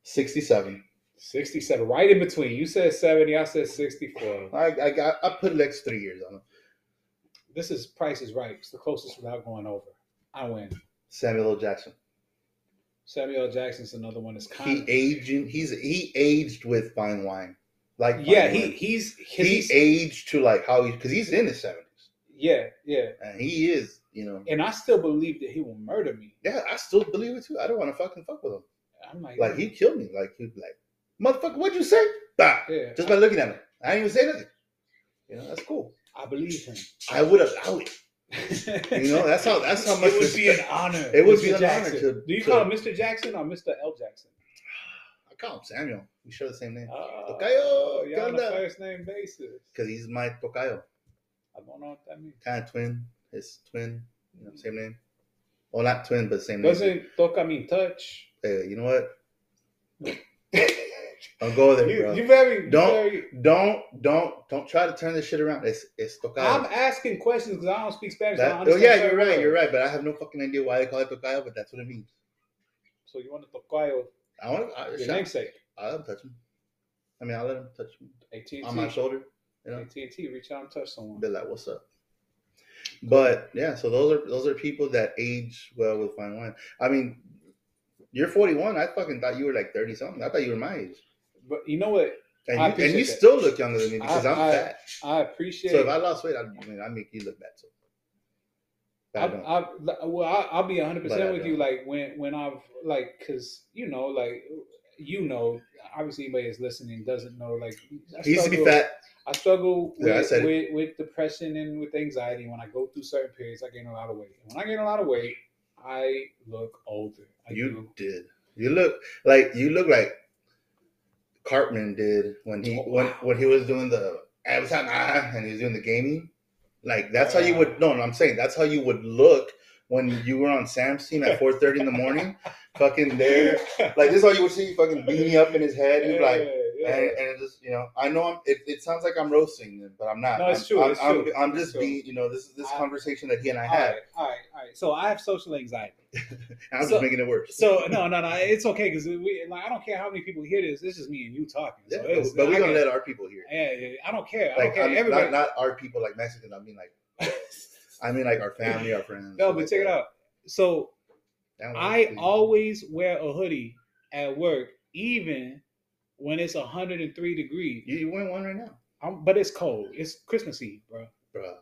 Speaker 1: 67.
Speaker 2: 67. Right in between. You said 70. I said 64.
Speaker 1: I I got I put an extra three years on him.
Speaker 2: This is Price is Right. It's the closest without going over. I win.
Speaker 1: Samuel L. Jackson.
Speaker 2: Samuel L. Jackson's another one. It's
Speaker 1: He
Speaker 2: kind of.
Speaker 1: aging. He's he aged with fine wine. Like fine
Speaker 2: Yeah, he,
Speaker 1: wine.
Speaker 2: he's.
Speaker 1: he
Speaker 2: he's
Speaker 1: aged to like how he because he's in his seventies
Speaker 2: yeah, yeah.
Speaker 1: and he is you know
Speaker 2: And I still believe that he will murder me.
Speaker 1: yeah I still believe it too. I don't want to fucking fuck with him.
Speaker 2: I'm like,
Speaker 1: Like he killed me. Like he like motherfucker. What'd you say? Bah.
Speaker 2: yeah,
Speaker 1: Just by looking at me, I didn't even say nothing. You know that's cool.
Speaker 2: I believe him.
Speaker 1: I would allow it. You know that's how that's how much
Speaker 2: it would be an
Speaker 1: respect-
Speaker 2: honor.
Speaker 1: It would
Speaker 2: Mr.
Speaker 1: be an honor
Speaker 2: Jackson.
Speaker 1: to-
Speaker 2: Do you
Speaker 1: to-
Speaker 2: call him Mr. Jackson or Mr. L. Jackson?
Speaker 1: I call him Samuel. We share the same name
Speaker 2: Uh,
Speaker 1: Tocayo, ¿qué
Speaker 2: y'all on a
Speaker 1: onda?
Speaker 2: first name basis.
Speaker 1: because he's my tocayo,
Speaker 2: I don't know what that means.
Speaker 1: kind of twin. His twin, you know, same name. Well, not twin, but same name.
Speaker 2: Doesn't toca mean touch?
Speaker 1: [LAUGHS] Hey, you know what?
Speaker 2: you,
Speaker 1: Don't go there, bro.
Speaker 2: you very you
Speaker 1: Don't-
Speaker 2: very-
Speaker 1: Don't don't don't try to turn this shit around. It's it's
Speaker 2: I'm
Speaker 1: tocayo.
Speaker 2: asking questions because I don't speak Spanish. so I
Speaker 1: That,
Speaker 2: don't
Speaker 1: oh yeah,
Speaker 2: understand
Speaker 1: you're
Speaker 2: very
Speaker 1: right,
Speaker 2: well.
Speaker 1: you're right. But I have no fucking idea why they call it tocayo, but that's what it means.
Speaker 2: So you want to tocayo
Speaker 1: I want I,
Speaker 2: your
Speaker 1: shall,
Speaker 2: namesake?
Speaker 1: I'll let him touch me. I mean, I'll let him touch me
Speaker 2: AT&T.
Speaker 1: on my shoulder. You know,
Speaker 2: AT&T. Reach out and touch someone.
Speaker 1: be like, "What's up?" But yeah, so those are those are people that age well with fine wine. I mean, you're 41. I fucking thought you were like 30 something. I thought you were my age,
Speaker 2: But you know what?
Speaker 1: and
Speaker 2: I
Speaker 1: you, and you
Speaker 2: appreciate that.
Speaker 1: still look younger than me because I,
Speaker 2: I-
Speaker 1: am
Speaker 2: I-
Speaker 1: fat.
Speaker 2: I appreciate.
Speaker 1: So if I lost weight, I, I mean, I make you look bad. So
Speaker 2: I,
Speaker 1: But I don't.
Speaker 2: I, well, I, I'll be 100
Speaker 1: But I
Speaker 2: percent with you. Like when when I've like because you know like you know obviously anybody that's listening doesn't know like I
Speaker 1: he used to be
Speaker 2: struggle-
Speaker 1: fat.
Speaker 2: I struggle with,
Speaker 1: Yeah, I said it.
Speaker 2: with, with depression and with anxiety. When I go through certain periods, I gain a lot of weight. And when I gain a lot of weight, I look older. I
Speaker 1: You
Speaker 2: do.
Speaker 1: did. You look like you look like Cartman did when he
Speaker 2: Oh,
Speaker 1: when
Speaker 2: wow.
Speaker 1: when he was doing the every time ah, and he was doing the gaming. Like that's how you would no, no, I'm saying that's how you would look when you were on Sam's team at
Speaker 2: [LAUGHS]
Speaker 1: 4:30 in the morning, fucking there. Like this is how [LAUGHS] you would see fucking beanie up in his head.
Speaker 2: yeah,
Speaker 1: You'd be like,
Speaker 2: Yeah.
Speaker 1: and, and it just you know, I know I'm, it, it sounds like I'm roasting them, but I'm not.
Speaker 2: No, it's
Speaker 1: I'm,
Speaker 2: true,
Speaker 1: I'm,
Speaker 2: it's
Speaker 1: I'm,
Speaker 2: true,
Speaker 1: I'm
Speaker 2: it's
Speaker 1: just
Speaker 2: true.
Speaker 1: being, you know, this is this
Speaker 2: I-
Speaker 1: conversation that he and I
Speaker 2: all
Speaker 1: had.
Speaker 2: right, all right, all right. So I have social anxiety.
Speaker 1: and I'm
Speaker 2: So-
Speaker 1: just making it worse.
Speaker 2: So no, no, no. It's okay because we like I don't care how many people hear this. This is me and you talking.
Speaker 1: Yeah,
Speaker 2: So it's,
Speaker 1: but we're
Speaker 2: I
Speaker 1: gonna
Speaker 2: can-
Speaker 1: let our people hear. it.
Speaker 2: Yeah, yeah, I don't care. I
Speaker 1: Like
Speaker 2: don't care.
Speaker 1: I'm-
Speaker 2: Everybody.
Speaker 1: not, not our people, like Mexicans. I mean, like I mean, like our family, our friends.
Speaker 2: [LAUGHS] no,
Speaker 1: stuff
Speaker 2: but
Speaker 1: like
Speaker 2: check it
Speaker 1: that.
Speaker 2: out. So
Speaker 1: That one,
Speaker 2: I
Speaker 1: please.
Speaker 2: always wear a hoodie at work, even when it's 103 degrees.
Speaker 1: you, you win one right now,
Speaker 2: I'm, but it's cold. It's Christmas Eve, bro.
Speaker 1: bro.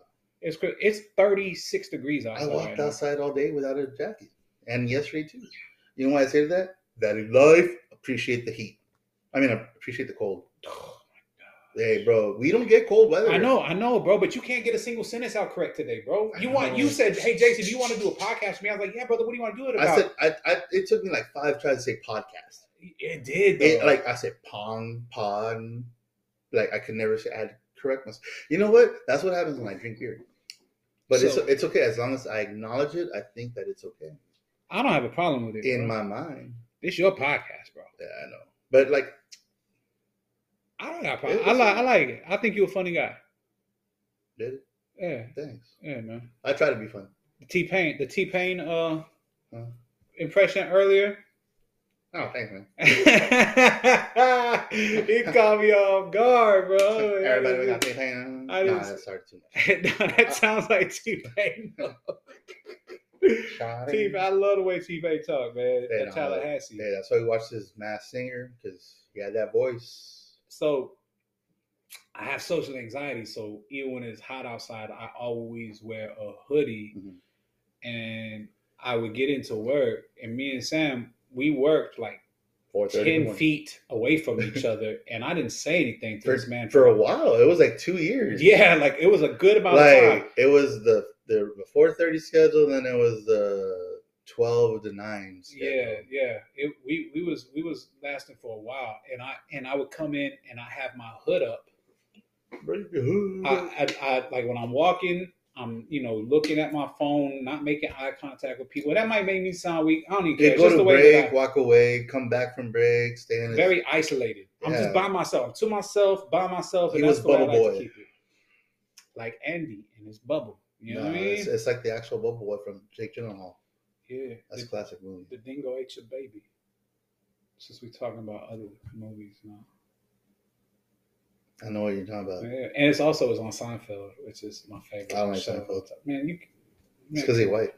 Speaker 2: It's Chri- it's 36 degrees
Speaker 1: I
Speaker 2: outside. right
Speaker 1: walked
Speaker 2: now.
Speaker 1: outside all day without a jacket, and yesterday too. You know why I say that? That in life, appreciate the heat. I mean, appreciate the cold. Hey, bro, we don't get cold weather.
Speaker 2: [SIGHS] I know, I know, bro. But you can't get a single sentence out correct today, bro.
Speaker 1: I
Speaker 2: You want
Speaker 1: know.
Speaker 2: you said, hey Jason, you want to do a podcast with me? I was like, yeah, brother. What do you want to do it about?
Speaker 1: I said I, I. It took me like five tries to say podcast.
Speaker 2: it did. Though.
Speaker 1: It, like I said, pong, pon. Like I could never say. I had to correct myself. You know what? That's what happens when I drink beer. But
Speaker 2: So-
Speaker 1: it's it's okay as long as I acknowledge it. I think that it's okay
Speaker 2: I don't have a problem with it.
Speaker 1: in my
Speaker 2: bro.
Speaker 1: mind.
Speaker 2: this your podcast, bro.
Speaker 1: Yeah, I know. But like,
Speaker 2: I don't got a
Speaker 1: It was
Speaker 2: problem. I like,
Speaker 1: a-
Speaker 2: I like it. I think you're a funny guy.
Speaker 1: did it?
Speaker 2: Yeah,
Speaker 1: thanks.
Speaker 2: yeah, man.
Speaker 1: I try to be fun.
Speaker 2: The T Pain, the T Pain, uh,
Speaker 1: Huh?
Speaker 2: impression earlier. [LAUGHS]
Speaker 1: No, thanks, man.
Speaker 2: he caught me off guard, bro.
Speaker 1: Everybody we got anything? Nah,
Speaker 2: I didn't-
Speaker 1: that started too much.
Speaker 2: [LAUGHS] no, that sounds like T Pain.
Speaker 1: [LAUGHS] Shawty.
Speaker 2: T I love the way T Pain talk, man.
Speaker 1: Yeah,
Speaker 2: That
Speaker 1: no, I love it.
Speaker 2: Tallahassee.
Speaker 1: Yeah, that's why we watched this mass singer because he had that voice.
Speaker 2: So I have social anxiety, so even when it's hot outside, I always wear a hoodie.
Speaker 1: Mhm.
Speaker 2: And I would get into work, and me and Sam, we worked like
Speaker 1: Four thirty in the
Speaker 2: ten
Speaker 1: morning.
Speaker 2: feet away from
Speaker 1: [LAUGHS]
Speaker 2: each other, and I didn't say anything to
Speaker 1: for,
Speaker 2: this man
Speaker 1: for a while. It was like two years.
Speaker 2: Yeah, like it was a good amount of time.
Speaker 1: like it was the the four thirty schedule, then it was the twelve to nine. Schedule.
Speaker 2: Yeah, yeah. It, we we was we was lasting for a while, and I and I would come in and I have my hood up,
Speaker 1: Bring your hood.
Speaker 2: I, I, I like when I'm walking, I'm you know looking at my phone, not making eye contact with people. That might make me sound weak. I don't even care.
Speaker 1: Yeah,
Speaker 2: It's
Speaker 1: go
Speaker 2: just
Speaker 1: to
Speaker 2: the way that
Speaker 1: break,
Speaker 2: I-
Speaker 1: walk away, come back from break, stay in. his-
Speaker 2: very isolated. I'm
Speaker 1: Yeah.
Speaker 2: just by myself. I'm to myf, by myself, and
Speaker 1: He
Speaker 2: that's
Speaker 1: was
Speaker 2: the way I
Speaker 1: bubble
Speaker 2: like to
Speaker 1: boy.
Speaker 2: keep it. Like Andy and his bubble. You know
Speaker 1: Nah,
Speaker 2: what I
Speaker 1: it's,
Speaker 2: mean?
Speaker 1: it's like the actual bubble boy from Jake Gyllenhaal.
Speaker 2: Yeah.
Speaker 1: That's a
Speaker 2: The,
Speaker 1: classic movie.
Speaker 2: the dingo ate your baby. Since we're talking about other movies now.
Speaker 1: I know what you're talking about.
Speaker 2: Yeah. And it's also it's on Seinfeld, which is my favorite.
Speaker 1: Uh, I don't like
Speaker 2: show.
Speaker 1: Seinfeld.
Speaker 2: Man, you
Speaker 1: It's
Speaker 2: man,
Speaker 1: because he white.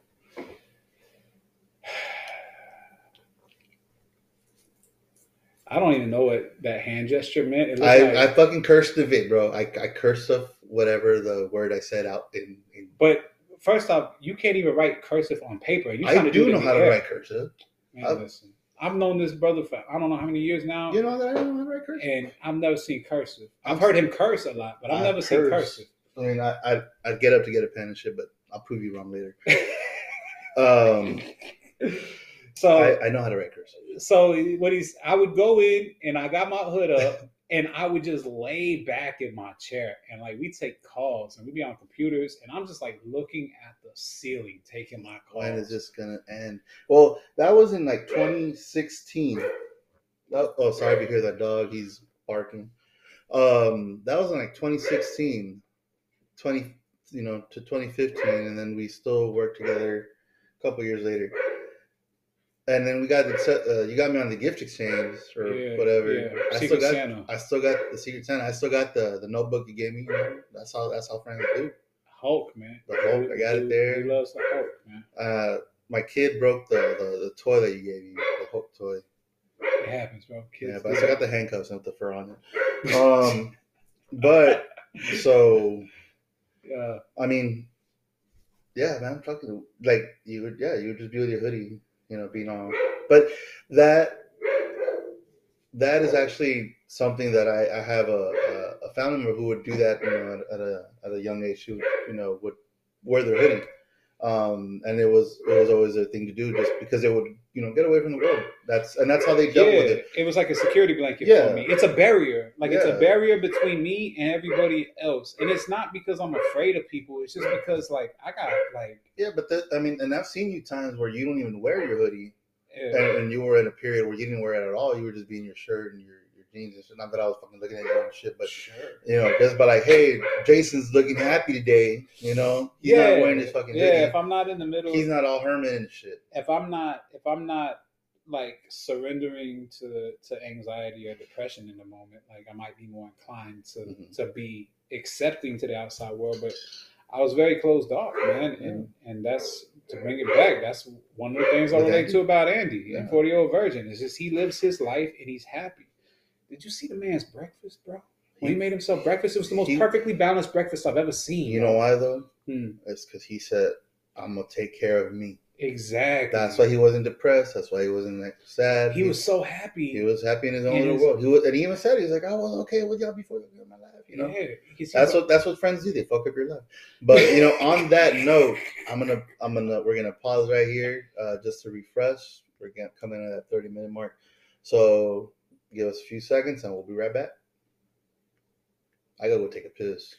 Speaker 2: I don't even know what that hand gesture meant. It looked
Speaker 1: I,
Speaker 2: like-
Speaker 1: I fucking cursed the vid, bro. I, I cursed up whatever the word I said out in. in
Speaker 2: But first off, you can't even write cursive on paper. You
Speaker 1: I
Speaker 2: trying to
Speaker 1: do
Speaker 2: it
Speaker 1: know
Speaker 2: in
Speaker 1: how to
Speaker 2: the air.
Speaker 1: write cursive.
Speaker 2: Man,
Speaker 1: I-
Speaker 2: listen, I've known this brother for I don't know how many years now,
Speaker 1: You know that I don't know how to write cursive.
Speaker 2: and I've never seen cursive. I've heard him curse a lot, but I've
Speaker 1: I
Speaker 2: never seen
Speaker 1: curse.
Speaker 2: cursive.
Speaker 1: I mean, I, I I'd get up to get a pen and shit, but I'll prove you wrong
Speaker 2: [LAUGHS]
Speaker 1: later. um,
Speaker 2: So,
Speaker 1: I, I know how to write cursive.
Speaker 2: so what he's, I would go in and I got my hood up. [LAUGHS] And I would just lay back in my chair and like we take calls and we be on computers and I'm just like looking at the ceiling taking my calls.
Speaker 1: When is this gonna end? Well, that was in like 2016. That- oh, sorry if you hear that dog. He's barking. Um, that was in like 2016, 20, you know, to 2015, and then we still worked together a couple years later. And then we got the set- uh, you got me on the gift exchange or
Speaker 2: Yeah,
Speaker 1: whatever.
Speaker 2: yeah.
Speaker 1: I still
Speaker 2: Secret
Speaker 1: got
Speaker 2: Santa.
Speaker 1: I still got the Secret Santa. I still got the the notebook you gave me. you know? That's how that's how friends do.
Speaker 2: Hulk, man.
Speaker 1: The Hulk, I got it there.
Speaker 2: He loves the Hulk, man.
Speaker 1: uh, my kid broke the, the, the toy that you gave me, the hook toy.
Speaker 2: It happens, bro. Kids
Speaker 1: yeah, but I
Speaker 2: do
Speaker 1: still got the handcuffs and the fur on it. Um, but so
Speaker 2: it. Uh,
Speaker 1: I mean, yeah, man, fucking like you would, yeah, you would just be with your hoodie, you know, being on. But that that is actually something that I, I have a, a a family member who would do that, you know, at, at a at a young age, who you know would wear their hoodie, um, and it was it was always their thing to do, just because they would you know get away from the world. That's and that's how they
Speaker 2: yeah,
Speaker 1: dealt with it.
Speaker 2: it. was like a security blanket
Speaker 1: Yeah.
Speaker 2: for me. It's a barrier. Like it's a
Speaker 1: Yeah.
Speaker 2: barrier between me and everybody else. And it's not because I'm afraid of people. It's just because like I got like
Speaker 1: Yeah, but that, I mean, and I've seen you times where you don't even wear your hoodie,
Speaker 2: yeah. eh,
Speaker 1: and, and you were in a period where you didn't wear it at all. You were just being your shirt and your, your jeans and shit. Not that I was fucking looking at you and shit, but
Speaker 2: sure.
Speaker 1: you know, just by like, hey, Jason's looking happy today. You know, he's
Speaker 2: yeah,
Speaker 1: not wearing his fucking
Speaker 2: yeah.
Speaker 1: yeah,
Speaker 2: If I'm not in the middle,
Speaker 1: He's not all Herman and shit.
Speaker 2: if I'm not if I'm not like surrendering to to anxiety or depression in the moment, like I might be more inclined to
Speaker 1: Mhm.
Speaker 2: to be accepting to the outside world. But I was very closed off, man, and and that's to bring it back. That's one of the things I
Speaker 1: With
Speaker 2: relate
Speaker 1: Andy?
Speaker 2: to about Andy
Speaker 1: Yeah.
Speaker 2: and Forty Year Old Virgin. It's just he lives his life and he's happy. Did you see the man's breakfast, bro? When he made himself breakfast, it was the most
Speaker 1: He-
Speaker 2: perfectly balanced breakfast I've ever seen.
Speaker 1: You
Speaker 2: bro.
Speaker 1: know why though?
Speaker 2: Hmm.
Speaker 1: It's because he said, "I'm gonna take care of me."
Speaker 2: Exactly.
Speaker 1: That's why he wasn't depressed. That's why he wasn't like sad.
Speaker 2: he was so happy.
Speaker 1: he was happy in his own
Speaker 2: And
Speaker 1: little
Speaker 2: his-
Speaker 1: world. He was, and he even said he's like, "I was okay with y'all before y'all my life." You know,
Speaker 2: yeah, you can see
Speaker 1: that's
Speaker 2: the-
Speaker 1: what that's what friends do. They fuck up your life. But you know, on that note, I'm gonna I'm gonna we're gonna pause right here uh, just to refresh. We're gonna come in at that 30 minute mark. So give us a few seconds and we'll be right back. I gotta go take a piss.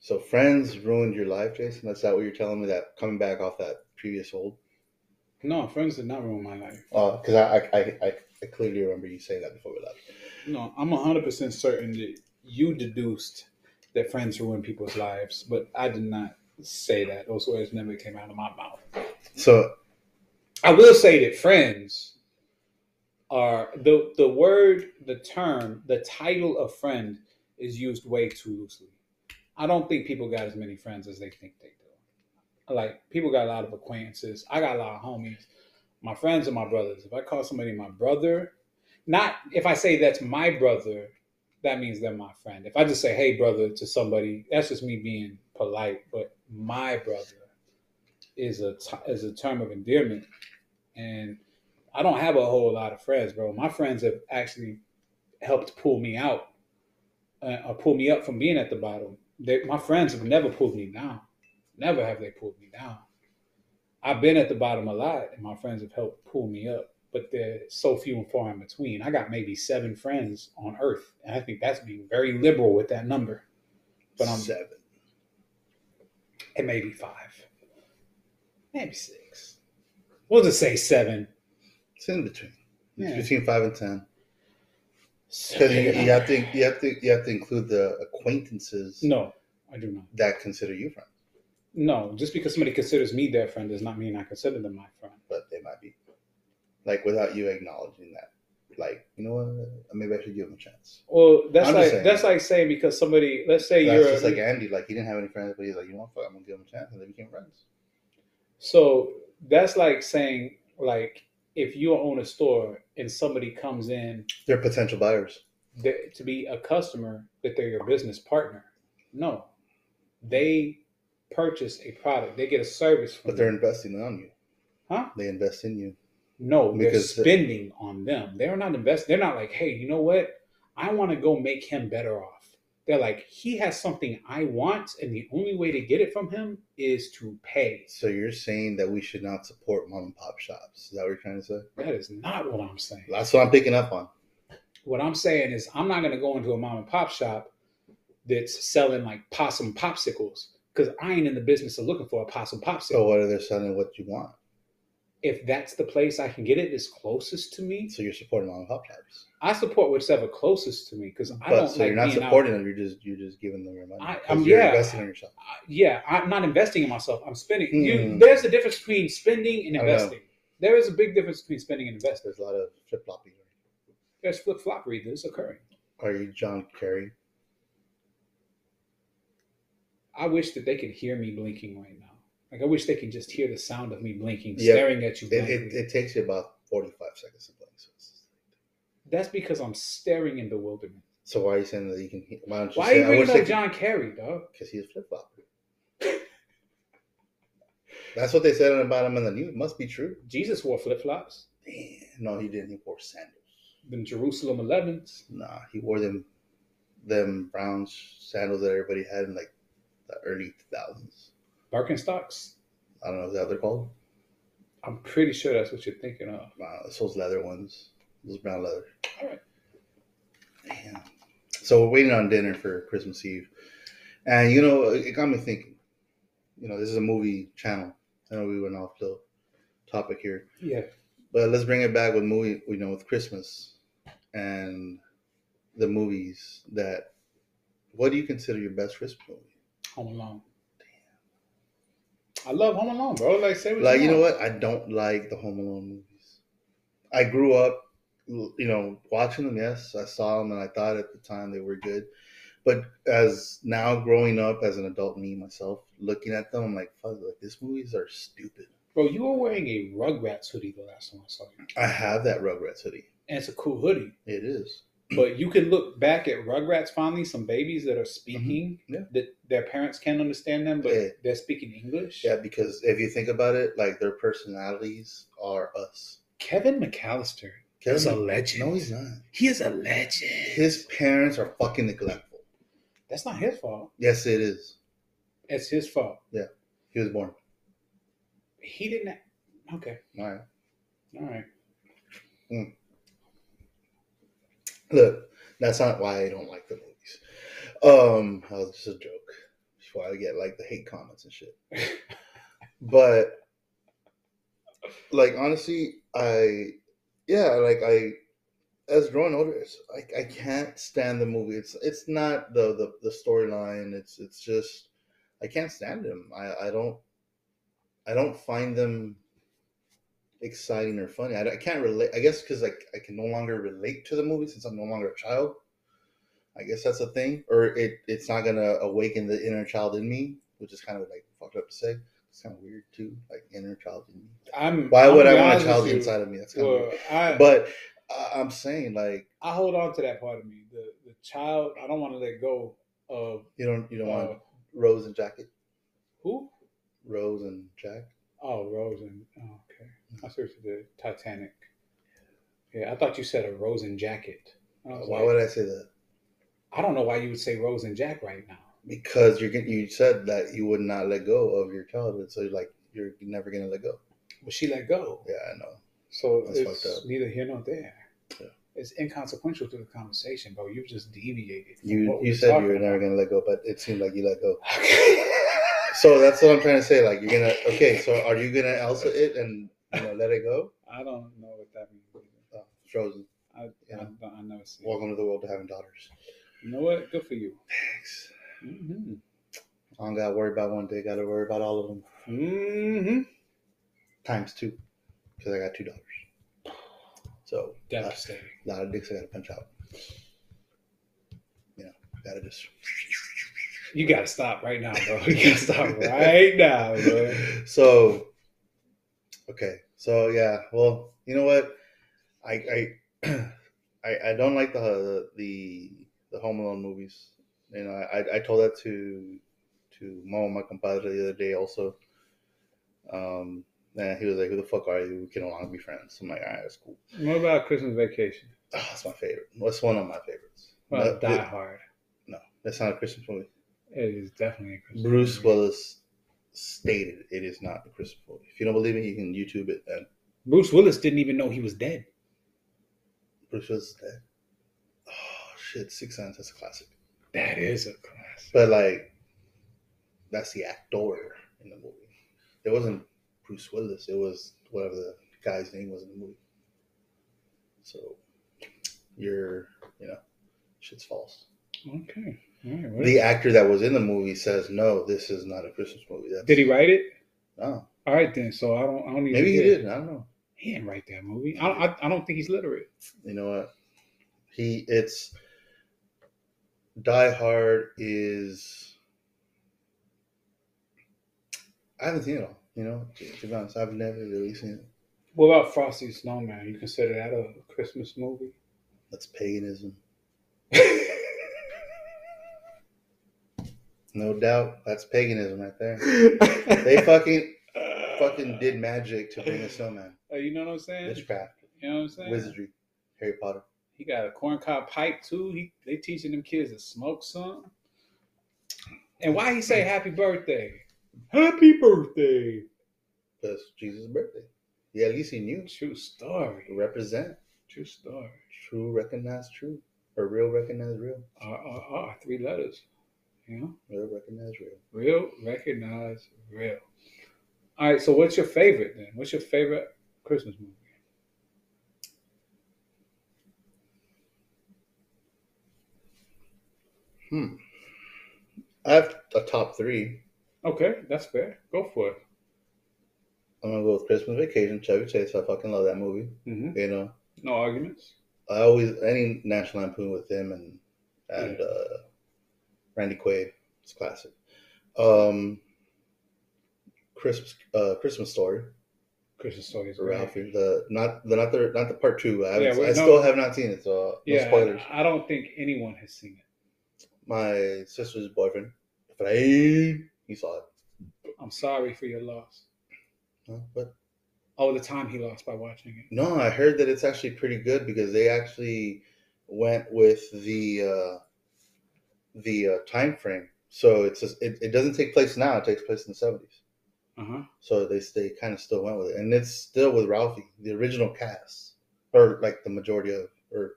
Speaker 1: So friends ruined your life, Jason. That's not what you're telling me. That coming back off that previous hold.
Speaker 2: No, friends did not ruin my life.
Speaker 1: because I I, I I I clearly remember you saying that before we left.
Speaker 2: No, I'm 100% certain that you deduced that friends ruin people's lives, but I did not say that. Those words never came out of my mouth.
Speaker 1: So
Speaker 2: I will say that friends are the the word, the term, the title of friend is used way too loosely. I don't think people got as many friends as they think they do. Like people got a lot of acquaintances. I got a lot of homies. My friends are my brothers. If I call somebody my brother, not if I say that's my brother, that means they're my friend. If I just say hey brother to somebody, that's just me being polite. But my brother is a t- is a term of endearment and I don't have a whole lot of friends, bro. My friends have actually helped pull me out uh, or pull me up from being at the bottom. They, my friends have never pulled me down. Never have they pulled me down. I've been at the bottom a lot, and my friends have helped pull me up, but they're so few and far in between. I got maybe seven friends on earth, and I think that's being very liberal with that number. But I'm
Speaker 1: seven.
Speaker 2: it may be five, maybe six. We'll just say seven.
Speaker 1: It's in between. It's
Speaker 2: Yeah.
Speaker 1: between five and ten. Because you, you have to you have to you have to include the acquaintances
Speaker 2: No, I do not.
Speaker 1: that consider you friends,
Speaker 2: No, just because somebody considers me their friend does not mean I consider them my friend.
Speaker 1: but they might be like without you acknowledging that. Like you know what? Maybe I should give them a chance.
Speaker 2: Well, that's
Speaker 1: I'm just
Speaker 2: like
Speaker 1: saying.
Speaker 2: that's like saying because somebody, let's say
Speaker 1: That's
Speaker 2: you're
Speaker 1: just like Andy. Like he didn't have any friends, but he's like, you know what? Fuck, I'm gonna give them a chance, and they became friends.
Speaker 2: so that's like saying like if you own a store and somebody comes in
Speaker 1: They're potential buyers.
Speaker 2: th- to be a customer that they're your business partner. No, they purchase a product, they get a service from
Speaker 1: But they're
Speaker 2: you.
Speaker 1: investing on you.
Speaker 2: Huh?
Speaker 1: They invest in you.
Speaker 2: No, they're
Speaker 1: Because-
Speaker 2: spending on them. They're not investing. They're not like, hey, you know what? I want to go make him better off. They're like, he has something I want, and the only way to get it from him is to pay.
Speaker 1: So you're saying that we should not support mom and pop shops? Is that what you're trying to say?
Speaker 2: That is not what I'm saying.
Speaker 1: That's what I'm picking up on.
Speaker 2: What I'm saying is, I'm not going to go into a mom and pop shop that's selling like possum popsicles because I ain't in the business of looking for a possum popsicle.
Speaker 1: So Oh, what are they selling? What you want?
Speaker 2: if that's the place I can get it, it's closest to me.
Speaker 1: So you're supporting mom and pop shops.
Speaker 2: I support whichever closest to me because I
Speaker 1: But
Speaker 2: don't
Speaker 1: so
Speaker 2: like
Speaker 1: you're not
Speaker 2: being out-
Speaker 1: supporting them. You're just you're just giving them your money.
Speaker 2: I-
Speaker 1: 'cause
Speaker 2: um,
Speaker 1: you're
Speaker 2: yeah.
Speaker 1: investing in yourself.
Speaker 2: I- yeah, I'm not investing in myself. I'm spending. You,
Speaker 1: Hmm.
Speaker 2: there's a difference between spending and
Speaker 1: I know.
Speaker 2: investing. There is a big difference between spending and investing.
Speaker 1: There's a lot of flip flopping.
Speaker 2: There's flip floppery that's occurring.
Speaker 1: Are you John Kerry?
Speaker 2: I wish that they could hear me blinking right now. Like I wish they could just hear the sound of me blinking,
Speaker 1: Yeah.
Speaker 2: staring at you.
Speaker 1: It, it,
Speaker 2: blankly.
Speaker 1: it takes you about forty five seconds to blink. So, it's-
Speaker 2: that's because I'm staring in bewilderment.
Speaker 1: so why are you saying that you can? he- Why don't you?
Speaker 2: Why are
Speaker 1: say,
Speaker 2: you bringing up
Speaker 1: John?
Speaker 2: John Kerry, dog?
Speaker 1: Because he's flip flopper. That's what they said about him in the news. Must be true.
Speaker 2: Jesus wore flip flops.
Speaker 1: Damn. No, he didn't. He wore sandals.
Speaker 2: Them Jerusalem 11s.
Speaker 1: Nah, he wore them them brown sandals that everybody had in like the early two thousands.
Speaker 2: Birkenstocks.
Speaker 1: I don't know is that what they're called.
Speaker 2: I'm pretty sure that's what you're thinking of.
Speaker 1: Wow, it's those leather ones. Those brown leather.
Speaker 2: All right.
Speaker 1: Damn. So we're waiting on dinner for Christmas Eve. And you know, it got me thinking. You know, this is a movie channel. I know we went off the topic here.
Speaker 2: Yeah.
Speaker 1: But let's bring it back with movie you know, with Christmas. and the movies that what do you consider your best Christmas movie?
Speaker 2: Home Alone. I love Home Alone, bro. Like, say what
Speaker 1: Like you know
Speaker 2: want.
Speaker 1: what? I don't like the Home Alone movies. I grew up, you know, watching them. Yes, I saw them, and I thought at the time they were good. But as now growing up as an adult, me myself looking at them, I'm like, fuck, like these movies are stupid.
Speaker 2: Bro, you were wearing a Rugrats hoodie the last time I saw you.
Speaker 1: I have that Rugrats hoodie.
Speaker 2: And it's a cool hoodie.
Speaker 1: It is.
Speaker 2: But you can look back at Rugrats finally, some babies that are speaking
Speaker 1: Mm-hmm. Yeah.
Speaker 2: that their parents can't understand them, but
Speaker 1: Yeah.
Speaker 2: they're speaking English.
Speaker 1: Yeah, because if you think about it, like their personalities are us.
Speaker 2: Kevin McAllister is a
Speaker 1: Kevin,
Speaker 2: legend.
Speaker 1: no, he's not.
Speaker 3: He is a legend.
Speaker 1: His parents are fucking neglectful.
Speaker 2: That's not his fault.
Speaker 1: Yes, it is.
Speaker 2: It's his fault.
Speaker 1: He was born.
Speaker 2: He didn't. Okay.
Speaker 1: All right.
Speaker 2: All right.
Speaker 1: Look, that's not why I don't like the movies. Um, that was just a joke. That's why I get like the hate comments and shit. but like honestly, I yeah, like I as growing older, it's, I I can't stand the movie. It's it's not the the, the storyline. It's it's just I can't stand them. I I don't I don't find them exciting or funny. I, I can't relate. I guess because like I can no longer relate to the movie since I'm no longer a child. I guess that's a thing, or it it's not gonna awaken the inner child in me, which is kind of like fucked up to say. It's kind of weird too, like inner child in me.
Speaker 2: I'm.
Speaker 1: Why would I
Speaker 2: I'm be
Speaker 1: want a
Speaker 2: honest
Speaker 1: child
Speaker 2: with you.
Speaker 1: inside of me? That's kind of
Speaker 2: Well, I,
Speaker 1: weird. But I- I'm saying like
Speaker 2: I hold on to that part of me. The the child. I don't want to let go of
Speaker 1: you don't you don't
Speaker 2: uh,
Speaker 1: want Rose and Jacket,
Speaker 2: who?
Speaker 1: Rose and Jack.
Speaker 2: Oh, Rose and oh, okay. I searched for the Titanic. Yeah, I thought you said a Rose and jacket. I, was
Speaker 1: Why
Speaker 2: like,
Speaker 1: would I say that?
Speaker 2: I don't know why you would say Rose and Jack right now.
Speaker 1: Because you're get- you said that you would not let go of your childhood, so like you're never gonna let go.
Speaker 2: But she let go,
Speaker 1: Yeah, I know.
Speaker 2: so
Speaker 1: That's
Speaker 2: it's
Speaker 1: fucked up.
Speaker 2: neither here nor there.
Speaker 1: Yeah.
Speaker 2: It's inconsequential to the conversation, bro. You just deviated. from
Speaker 1: You
Speaker 2: what we
Speaker 1: you
Speaker 2: were
Speaker 1: said you
Speaker 2: talking
Speaker 1: were never
Speaker 2: about.
Speaker 1: gonna let go, but it seemed like you let go.
Speaker 2: Okay. [LAUGHS]
Speaker 1: So that's what I'm trying to say. Like you're gonna okay. So are you gonna Elsa it and you know let it go?
Speaker 2: I don't know what that means. either.
Speaker 1: Oh, Frozen.
Speaker 2: I,
Speaker 1: Yeah.
Speaker 2: I, don't- I never see. it.
Speaker 1: Welcome to the world of having daughters.
Speaker 2: you know what? Good for you.
Speaker 1: Thanks.
Speaker 2: hmm
Speaker 1: I don't gotta worry about one day. Gotta worry about all of them Mm-hmm.
Speaker 2: hmm
Speaker 1: times two, because I got two daughters. So
Speaker 2: Devastating.
Speaker 1: a lot of dicks I gotta punch out. You know, gotta just.
Speaker 2: You gotta stop right now, bro. [LAUGHS] You gotta stop right now, bro.
Speaker 1: so okay so yeah well you know what i i [CLEARS THROAT] i, I don't like the the the home alone movies you know i i told that to to mo my compadre the other day also um and he was like who the fuck are you we can no longer be friends i'm like all right that's cool
Speaker 2: What about Christmas Vacation?
Speaker 1: oh, that's my favorite that's one of my favorites
Speaker 2: Well,
Speaker 1: That-
Speaker 2: Die Hard.
Speaker 1: no that's not a christmas movie
Speaker 2: It is definitely a Christmas.
Speaker 1: Bruce
Speaker 2: movie.
Speaker 1: Willis stated it is not the Christmas movie. If you don't believe me, you can YouTube it. And
Speaker 3: Bruce Willis didn't even know he was dead.
Speaker 1: Bruce Willis is dead. Oh shit, Six Sense. That's a classic.
Speaker 2: That is a class.
Speaker 1: But like, that's the actor in the movie. It wasn't Bruce Willis. It was whatever the guy's name was in the movie. So, you're you know, shit's false.
Speaker 2: Okay. All right. what-
Speaker 1: The actor that was in the movie says no, this is not a Christmas movie. That's,
Speaker 2: did he write it?
Speaker 1: No,
Speaker 2: All right then. So I don't. I don't need.
Speaker 1: maybe
Speaker 2: to
Speaker 1: he
Speaker 2: hear it.
Speaker 1: did. I don't know.
Speaker 2: He didn't write that movie. I, don't- I, I don't think he's literate.
Speaker 1: you know what he it's die hard is i haven't seen it all you know to, to be honest i've never really seen it
Speaker 2: What about Frosty the Snowman? You consider that a Christmas movie? [LAUGHS]
Speaker 1: that's paganism no doubt that's paganism right there they fucking [LAUGHS] fucking did magic to bring a snowman
Speaker 2: Uh, you know what I'm saying?
Speaker 1: witchcraft
Speaker 2: You know what I'm saying?
Speaker 1: wizardry harry potter
Speaker 2: He got a corncob pipe too. He they teaching them kids to smoke some. And why he say happy birthday? Happy birthday.
Speaker 1: that's jesus' birthday yeah at least he knew
Speaker 2: True story.
Speaker 1: represent
Speaker 2: True story.
Speaker 1: true recognize true or real recognize real
Speaker 2: R R R three letters. You know?
Speaker 1: real recognize real
Speaker 2: Real, recognize, real. All right, so what's your favorite then? What's your favorite Christmas movie?
Speaker 1: I have a top three.
Speaker 2: Okay, that's fair. Go for it.
Speaker 1: I'm gonna go with Christmas Vacation, Chevy Chase. I fucking love that movie.
Speaker 2: hmm
Speaker 1: You know,
Speaker 2: No arguments.
Speaker 1: I always any National Lampoon with him and and uh, Randy Quaid. It's classic. Um, Christmas uh, Christmas Story.
Speaker 2: Christmas stories.
Speaker 1: for Ralphie. The not the not the not the part two. I, haven't
Speaker 2: Yeah, we-
Speaker 1: I
Speaker 2: no.
Speaker 1: still have not seen it, so no
Speaker 2: Yeah,
Speaker 1: spoilers.
Speaker 2: I, I don't think anyone has seen it.
Speaker 1: My sister's boyfriend, Efrain, he saw it.
Speaker 2: I'm sorry for your loss.
Speaker 1: Huh? But
Speaker 2: Oh, the time he lost by watching it.
Speaker 1: no, I heard that it's actually pretty good because they actually went with the uh, the uh, time frame. So it's just, it, it doesn't take place now. It takes place in the seventies.
Speaker 2: Uh huh.
Speaker 1: So they they kind of still went with it, and it's still with Ralphie, the original cast, or like the majority of. Or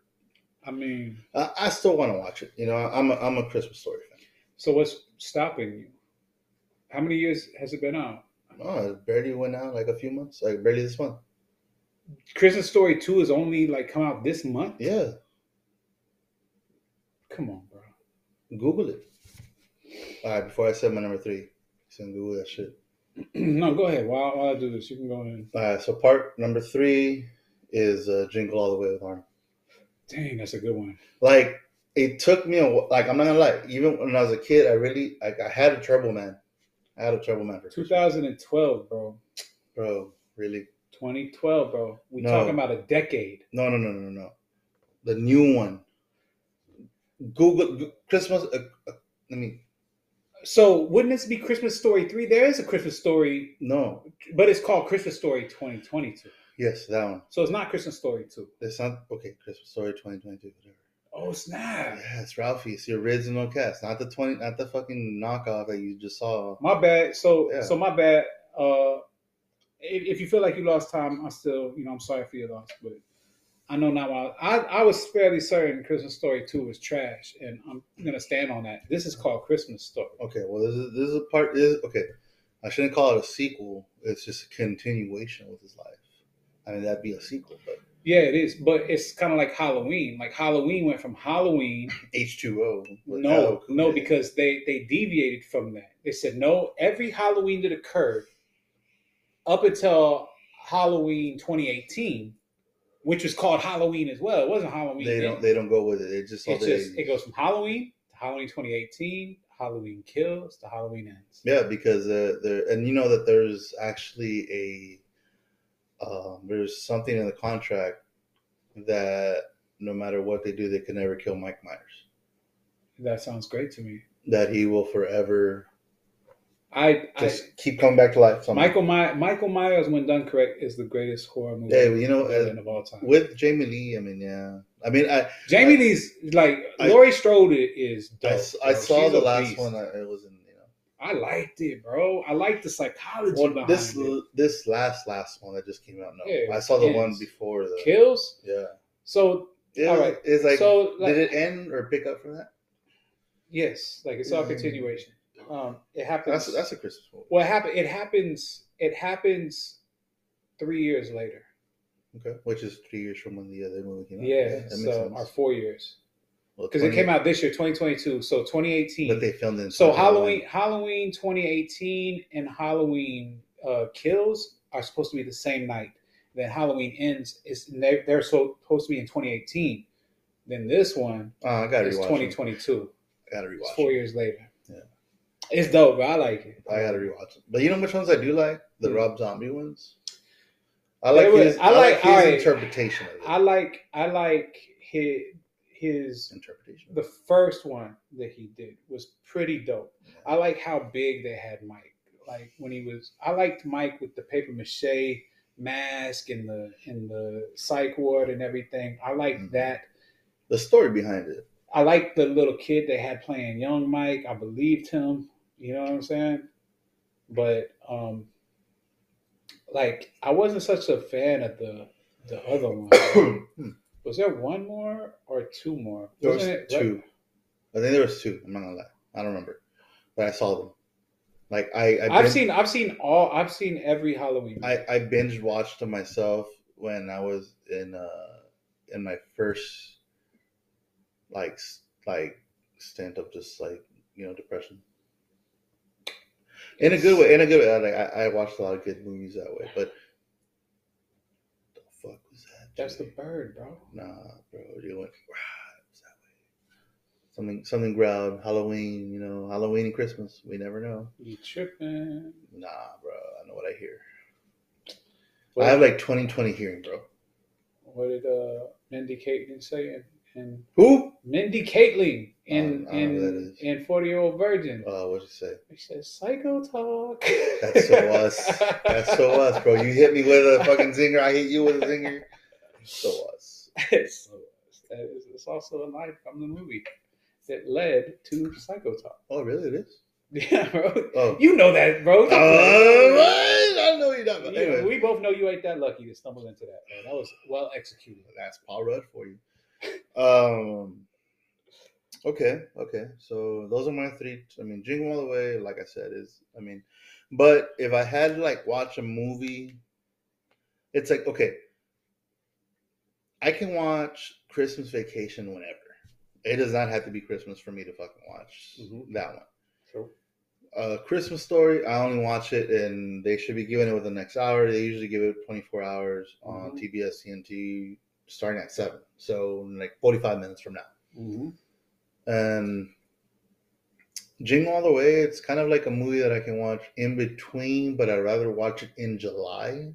Speaker 2: I mean,
Speaker 1: I, I still want to watch it. You know, I'm a, I'm a Christmas story fan.
Speaker 2: so what's stopping you? How many years has it been out?
Speaker 1: Oh, it barely went out like a few months, like barely this month.
Speaker 2: Christmas Story Two is only like come out this month.
Speaker 1: Yeah,
Speaker 2: Come on, bro. [CLEARS THROAT]
Speaker 1: Google it. All right, before I said my number three, so Google that shit.
Speaker 2: no, go ahead. While, while I do this, you can go ahead.
Speaker 1: All right, so part number three is uh, Jingle All the Way with Arnie.
Speaker 2: Dang, that's a good one.
Speaker 1: Like it took me a wh- like I'm not gonna lie. Even when I was a kid, I really like I had a trouble man. I had a trouble man for
Speaker 2: 2012, bro.
Speaker 1: bro. Really?
Speaker 2: 2012, bro. We
Speaker 1: No.
Speaker 2: talking about a decade.
Speaker 1: No, no, no, no, no. The new one. Google Gu- Christmas. Uh, uh, let me.
Speaker 2: So wouldn't this be Christmas Story Three? There is a Christmas Story,
Speaker 1: No.
Speaker 2: but it's called Christmas Story 2022.
Speaker 1: Yes, that one.
Speaker 2: So it's not Christmas Story Two.
Speaker 1: It's not okay. Christmas Story 2022. Whatever.
Speaker 2: Oh snap!
Speaker 1: Yeah, it's Ralphie. It's the original cast, not the twenty, not the fucking knockoff that you just saw.
Speaker 2: My bad. So
Speaker 1: Yeah.
Speaker 2: so my bad. Uh, if, if you feel like you lost time, I still you know I'm sorry for your loss, but I know not why. I I was fairly certain Christmas Story Two was trash, and I'm gonna stand on that. This is called Christmas Story.
Speaker 1: Okay, well, this is this is a part. Is okay. I shouldn't call it a sequel. It's just a continuation with his life. I mean, that'd be a sequel, but
Speaker 2: Yeah, it is, but it's kind of like Halloween. Like Halloween went from Halloween
Speaker 1: H two O.
Speaker 2: No, no, because they they deviated from that. They said no. Every Halloween that occurred up until Halloween 2018, which was called Halloween as well. It wasn't Halloween.
Speaker 1: they
Speaker 2: then.
Speaker 1: don't they don't go with it. It just all
Speaker 2: it's
Speaker 1: they,
Speaker 2: just it goes from Halloween to Halloween 2018, Halloween kills to Halloween ends.
Speaker 1: yeah because uh, there and you know that there's actually a um, there's something in the contract that no matter what they do, they can never kill Mike Myers.
Speaker 2: That sounds great to me.
Speaker 1: that he will forever
Speaker 2: I, I
Speaker 1: just um, keep coming back to life. somehow.
Speaker 2: Michael My, Michael Myers, when done correct, is the greatest horror movie
Speaker 1: Yeah, you know, uh,
Speaker 2: villain of all time.
Speaker 1: with Jamie Lee, I mean, yeah, I mean, I
Speaker 2: Jamie Lee's like
Speaker 1: I-
Speaker 2: Laurie Strode is. Dope,
Speaker 1: I, s- I
Speaker 2: bro.
Speaker 1: saw
Speaker 2: She's
Speaker 1: the
Speaker 2: a
Speaker 1: last
Speaker 2: beast.
Speaker 1: one. I, it was in you know
Speaker 2: I liked it, bro. I liked the psychology
Speaker 1: well,
Speaker 2: behind
Speaker 1: this
Speaker 2: it.
Speaker 1: this last last one that just came out. No,
Speaker 2: Yeah,
Speaker 1: I saw the
Speaker 2: yes.
Speaker 1: one before the
Speaker 2: Kills.
Speaker 1: yeah.
Speaker 2: So
Speaker 1: It,
Speaker 2: All
Speaker 1: All
Speaker 2: right.
Speaker 1: right, it's like
Speaker 2: so like,
Speaker 1: did it end or pick up from that?
Speaker 2: yes, like it's all
Speaker 1: Mm.
Speaker 2: continuation. Um, it happens.
Speaker 1: That's that's a Christmas movie.
Speaker 2: what happened. It happens. It happens three years later.
Speaker 1: Okay, which is three years from when the other movie came out.
Speaker 2: Yeah,
Speaker 1: that makes
Speaker 2: so or four years
Speaker 1: Well,
Speaker 2: because it
Speaker 1: 20
Speaker 2: came out this year, 2022. So 2018.
Speaker 1: but they filmed it. in
Speaker 2: So
Speaker 1: 2021.
Speaker 2: Halloween, Halloween 2018 and Halloween uh, Kills are supposed to be the same night. Then Halloween ends is they're, they're so supposed to be in 2018. Then this one
Speaker 1: Oh, I gotta
Speaker 2: is
Speaker 1: rewatch. 2020.
Speaker 2: 2022.
Speaker 1: I gotta
Speaker 2: It's
Speaker 1: rewatch.
Speaker 2: four
Speaker 1: it.
Speaker 2: years later.
Speaker 1: Yeah.
Speaker 2: It's dope, bro. I like it.
Speaker 1: I gotta rewatch it. But you know which ones I do like? The
Speaker 2: Hmm.
Speaker 1: Rob Zombie ones. I
Speaker 2: They
Speaker 1: like
Speaker 2: were-
Speaker 1: his,
Speaker 2: I
Speaker 1: I
Speaker 2: like-
Speaker 1: like, his
Speaker 2: alright.
Speaker 1: interpretation of it.
Speaker 2: I like I like his his
Speaker 1: interpretation.
Speaker 2: the first one that he did was pretty dope. I like how big they had Mike. Like when he was, I liked Mike with the paper mache mask and the and the psych ward and everything. I like
Speaker 1: Mhm.
Speaker 2: that.
Speaker 1: the story behind it.
Speaker 2: I like the little kid they had playing young Mike. I believed him. You know what I'm saying? But um, like I wasn't such a fan of the the
Speaker 1: [COUGHS]
Speaker 2: other one.
Speaker 1: Hmm.
Speaker 2: was there one more or two more?
Speaker 1: there was
Speaker 2: Wasn't it-
Speaker 1: two. I think there was two. I'm not gonna lie. I don't remember, but I saw them. Like I, I
Speaker 2: I've
Speaker 1: bin-
Speaker 2: seen I've seen all I've seen every Halloween.
Speaker 1: I, I binge watched them myself when I was in uh in my first like s- like extent of just like you know depression. In a good way, in a good way. Like I, I watched a lot of good movies that way, but the fuck was that?
Speaker 2: That's the
Speaker 1: Jimmy?
Speaker 2: bird, bro.
Speaker 1: nah, bro. You went "Rah, it was that way. Something something growled. Halloween, you know, Halloween and Christmas. We never know.
Speaker 2: You tripping?
Speaker 1: Nah, bro. I know what I hear. I have like 20 20 hearing, bro.
Speaker 2: What did uh, Mindy Kaling say? And, and
Speaker 1: Who?
Speaker 2: Mindy Kaling in
Speaker 1: Oh, I don't know who that
Speaker 2: in
Speaker 1: is.
Speaker 2: in Forty Year Old Virgin.
Speaker 1: Uh, what'd you say?
Speaker 2: He says psycho talk.
Speaker 1: That's so us. That's
Speaker 2: [LAUGHS]
Speaker 1: so us, bro. You hit me with a fucking zinger. I hit you with a zinger. So us.
Speaker 2: It's so us. That is, it's also a line from the movie that led to psycho talk. [LAUGHS]
Speaker 1: Oh, really? It is?
Speaker 2: Yeah, bro.
Speaker 1: Oh.
Speaker 2: You know that, bro.
Speaker 1: Oh,
Speaker 2: Don't play.
Speaker 1: what? I know you're not.
Speaker 2: Yeah,
Speaker 1: Anyway,
Speaker 2: we both know you ain't that lucky to stumble into that. Man. That was well executed.
Speaker 1: that's Paul Rudd for you. Um. Okay, okay. So those are my three. I mean, Jingle All the Way, like I said, is I mean, but if I had to like watch a movie, it's like okay, I can watch Christmas Vacation whenever. It does not have to be Christmas for me to fucking watch
Speaker 2: Mhm.
Speaker 1: that one.
Speaker 2: Sure.
Speaker 1: uh, Christmas Story. I only watch it, and they should be giving it within the next hour. They usually give it 24 hours on
Speaker 2: Mhm.
Speaker 1: TBS TNT starting at seven, so like 45 minutes from now.
Speaker 2: Mm-hmm.
Speaker 1: And Jingle All the Way, it's kind of like a movie that I can watch in between, but I'd rather watch it in July.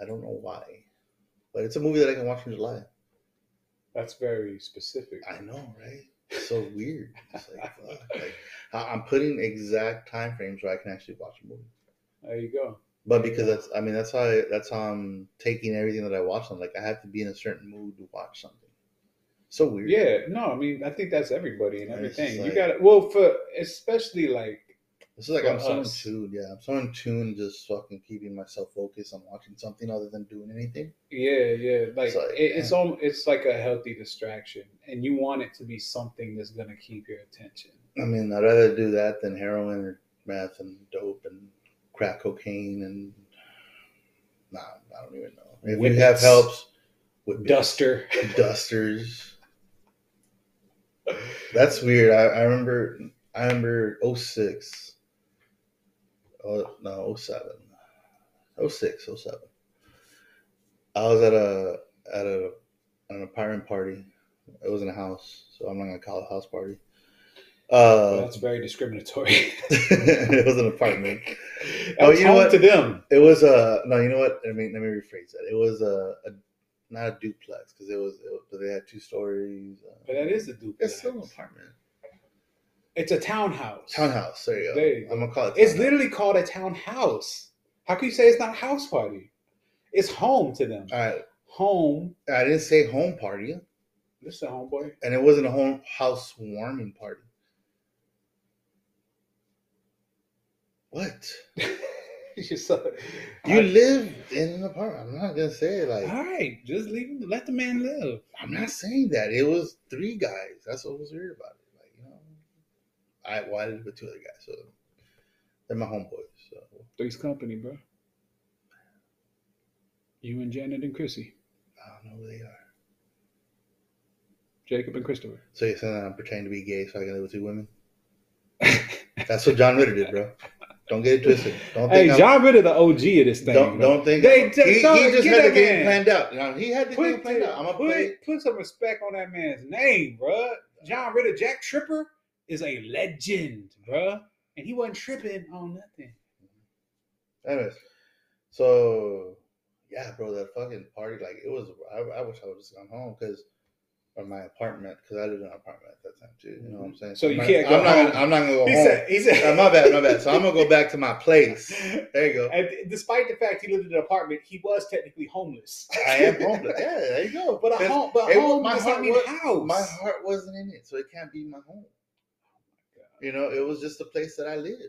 Speaker 1: I don't know why, but it's a movie that I can watch in July.
Speaker 2: That's very specific.
Speaker 1: I know, right? It's so weird. It's like, fuck. like I- I'm putting exact time frames where I can actually watch a movie.
Speaker 2: There you go.
Speaker 1: But because that's, I mean, that's how I, that's how I'm taking everything that I watch. on. like, I have to be in a certain mood to watch something. So weird.
Speaker 2: Yeah, no, I mean, I think that's everybody and
Speaker 1: And it's
Speaker 2: everything.
Speaker 1: just
Speaker 2: you
Speaker 1: like-
Speaker 2: got to well for especially like
Speaker 1: This is like
Speaker 2: For
Speaker 1: I'm so in
Speaker 2: us.
Speaker 1: tune. Yeah, I'm so in tune, just fucking keeping myself focused on watching something other than doing anything.
Speaker 2: yeah, yeah, like
Speaker 1: It's like,
Speaker 2: it, it's all it's like a healthy distraction, and you want it to be something that's gonna keep your attention.
Speaker 1: I mean, I'd rather do that than heroin or meth and dope and crack cocaine and nah, I don't even know. If
Speaker 2: Whippets.
Speaker 1: you have helps, with
Speaker 2: Duster.
Speaker 1: dusters. That's weird. I, I remember I remember 06. Oh no, 07. 06, 07. I was at a at a at an apartment party. It was in a house, so I'm not gonna call it a house party. Uh
Speaker 2: that's very discriminatory.
Speaker 1: [LAUGHS]
Speaker 2: [LAUGHS]
Speaker 1: it was an apartment.
Speaker 2: oh,
Speaker 1: you know what?
Speaker 2: To them,
Speaker 1: It was a no. You know what? I mean, let me rephrase that. It was a, a not a duplex because it was it, but they had two stories. uh,
Speaker 2: but that is a duplex.
Speaker 1: It's still an apartment.
Speaker 2: It's a townhouse.
Speaker 1: Townhouse. There you go.
Speaker 2: There you go.
Speaker 1: I'm gonna call it.
Speaker 2: It's
Speaker 1: townhouse.
Speaker 2: literally called a townhouse. How can you say it's not a house party? It's home to them.
Speaker 1: All right.
Speaker 2: Home.
Speaker 1: I didn't say home party,
Speaker 2: This is homeboy.
Speaker 1: and it wasn't a home house warming party. What?
Speaker 2: [LAUGHS] you so,
Speaker 1: You live in an apartment. I'm not gonna say it like
Speaker 2: all right, just leave him. Let the man live.
Speaker 1: I'm not saying that. It was three guys. That's what was weird about it. Like you know, I well, I lived with two other guys, so they're my homeboys. So
Speaker 2: Three's company, bro. You and Janet and Chrissy,
Speaker 1: I don't know who they are.
Speaker 2: Jacob and Christopher.
Speaker 1: So you're saying that I'm pretending to be gay so I can live with two women?
Speaker 2: [LAUGHS]
Speaker 1: That's what John Ritter did, bro. Don't get it twisted. Don't
Speaker 2: Hey,
Speaker 1: think I'm,
Speaker 2: John Ritter, the OG of this thing.
Speaker 1: don't,
Speaker 2: bro.
Speaker 1: don't think
Speaker 2: They-
Speaker 1: he, he
Speaker 2: don't
Speaker 1: just
Speaker 2: get
Speaker 1: had the
Speaker 2: that
Speaker 1: game
Speaker 2: man.
Speaker 1: planned out. You know, he had the game
Speaker 2: put,
Speaker 1: planned out. I'm gonna
Speaker 2: put,
Speaker 1: play.
Speaker 2: put some respect on that man's name, bro. John Ritter, Jack Tripper is a legend, bro. And he wasn't tripping on nothing.
Speaker 1: Anyways, so yeah, bro, that fucking party, like it was. I, I wish I would just gone home because or my apartment because I lived in an apartment at that time too. You know what I'm saying?
Speaker 2: Mm-hmm. So
Speaker 1: I'm
Speaker 2: you
Speaker 1: not-
Speaker 2: can't go
Speaker 1: I'm not
Speaker 2: home.
Speaker 1: gonna- I'm not gonna go
Speaker 2: He
Speaker 1: home.
Speaker 2: said, he said,
Speaker 1: Uh, my bad, my bad. So I'm gonna go back to my place. There you go.
Speaker 2: [LAUGHS] And despite the fact he lived in an apartment, he was technically homeless.
Speaker 1: I
Speaker 2: [LAUGHS]
Speaker 1: am homeless. Yeah, there you go.
Speaker 2: But a
Speaker 1: That's-
Speaker 2: home, but
Speaker 1: it-
Speaker 2: home
Speaker 1: my
Speaker 2: does
Speaker 1: heart
Speaker 2: not mean
Speaker 1: was-
Speaker 2: house.
Speaker 1: my heart wasn't in it, so it can't be my
Speaker 2: Oh
Speaker 1: home. You know, it was just the place that I lived.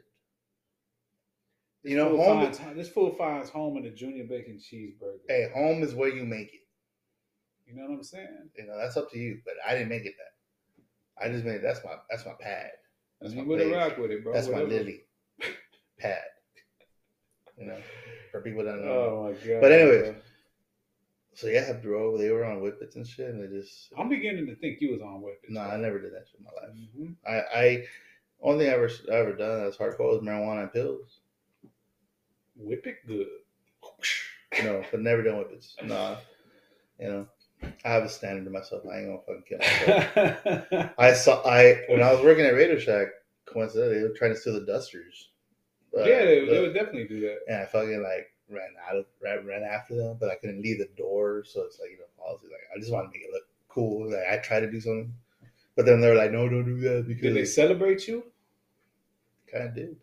Speaker 1: You know,
Speaker 2: Fool
Speaker 1: home.
Speaker 2: finds- this fool finds home in a junior bacon cheeseburger.
Speaker 1: hey, home is where you make it.
Speaker 2: You know what I'm saying?
Speaker 1: You know, that's up to you. But I didn't make it that. I just made it. That's my that's my pad. That's
Speaker 2: you
Speaker 1: my
Speaker 2: would have
Speaker 1: place.
Speaker 2: rock with it, bro.
Speaker 1: that's my
Speaker 2: whatever.
Speaker 1: lily pad. You know, for people that don't know.
Speaker 2: Oh my god.
Speaker 1: But anyways,
Speaker 2: bro.
Speaker 1: So yeah, bro, they were on whippets and shit, and they just
Speaker 2: I'm beginning to think you was on Whippets.
Speaker 1: no, I never did that shit in my life.
Speaker 2: Mhm.
Speaker 1: I, I only thing I ever I ever done that was hardcore was marijuana and pills.
Speaker 2: Whip it
Speaker 1: [LAUGHS]
Speaker 2: good. [LAUGHS]
Speaker 1: No, but never done whippets. Nah, you know, I have a standard to myself. I ain't gonna fucking kill myself. I saw I when I was working at Radio Shack. Coincidentally, they were trying to steal the dusters. Uh,
Speaker 2: yeah, they,
Speaker 1: the-
Speaker 2: they would definitely do that.
Speaker 1: and I fucking like ran out of ran, ran after them, but I couldn't leave the door, so it's like you know policy. Like I just want to make it look cool. Like I tried to do something, but then they were like, no, don't do that
Speaker 2: Did they
Speaker 1: because
Speaker 2: celebrate you?
Speaker 1: they kind of did.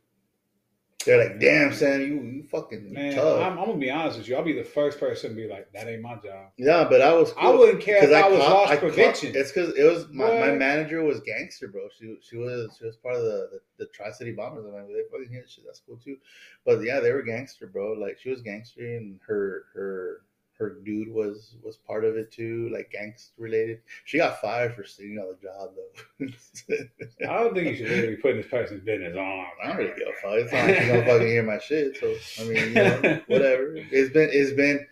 Speaker 1: They're like, damn, Sam, you you fucking
Speaker 2: Man,
Speaker 1: tough.
Speaker 2: I'm, I'm gonna be honest with you. I'll be the first person to be like, that ain't my job.
Speaker 1: yeah, but I was
Speaker 2: I wouldn't care if I, was
Speaker 1: caught-
Speaker 2: lost
Speaker 1: I caught-
Speaker 2: prevention.
Speaker 1: it's because it was my, my
Speaker 2: What?
Speaker 1: manager was gangster, bro. She she was she was part of the the, the Tri City Bombers. I mean, they fucking hit shit. That's cool too. But yeah, they were gangster, bro. Like she was gangster, and her her her dude was was part of it too, like gangster related. She got fired for stealing on the job though. [LAUGHS]
Speaker 2: I don't think you should really be putting this person's business on.
Speaker 1: I don't really give a fuck. It's not like she's
Speaker 2: [LAUGHS]
Speaker 1: gonna fucking hear my shit. So I mean, you know, whatever. It's been it's been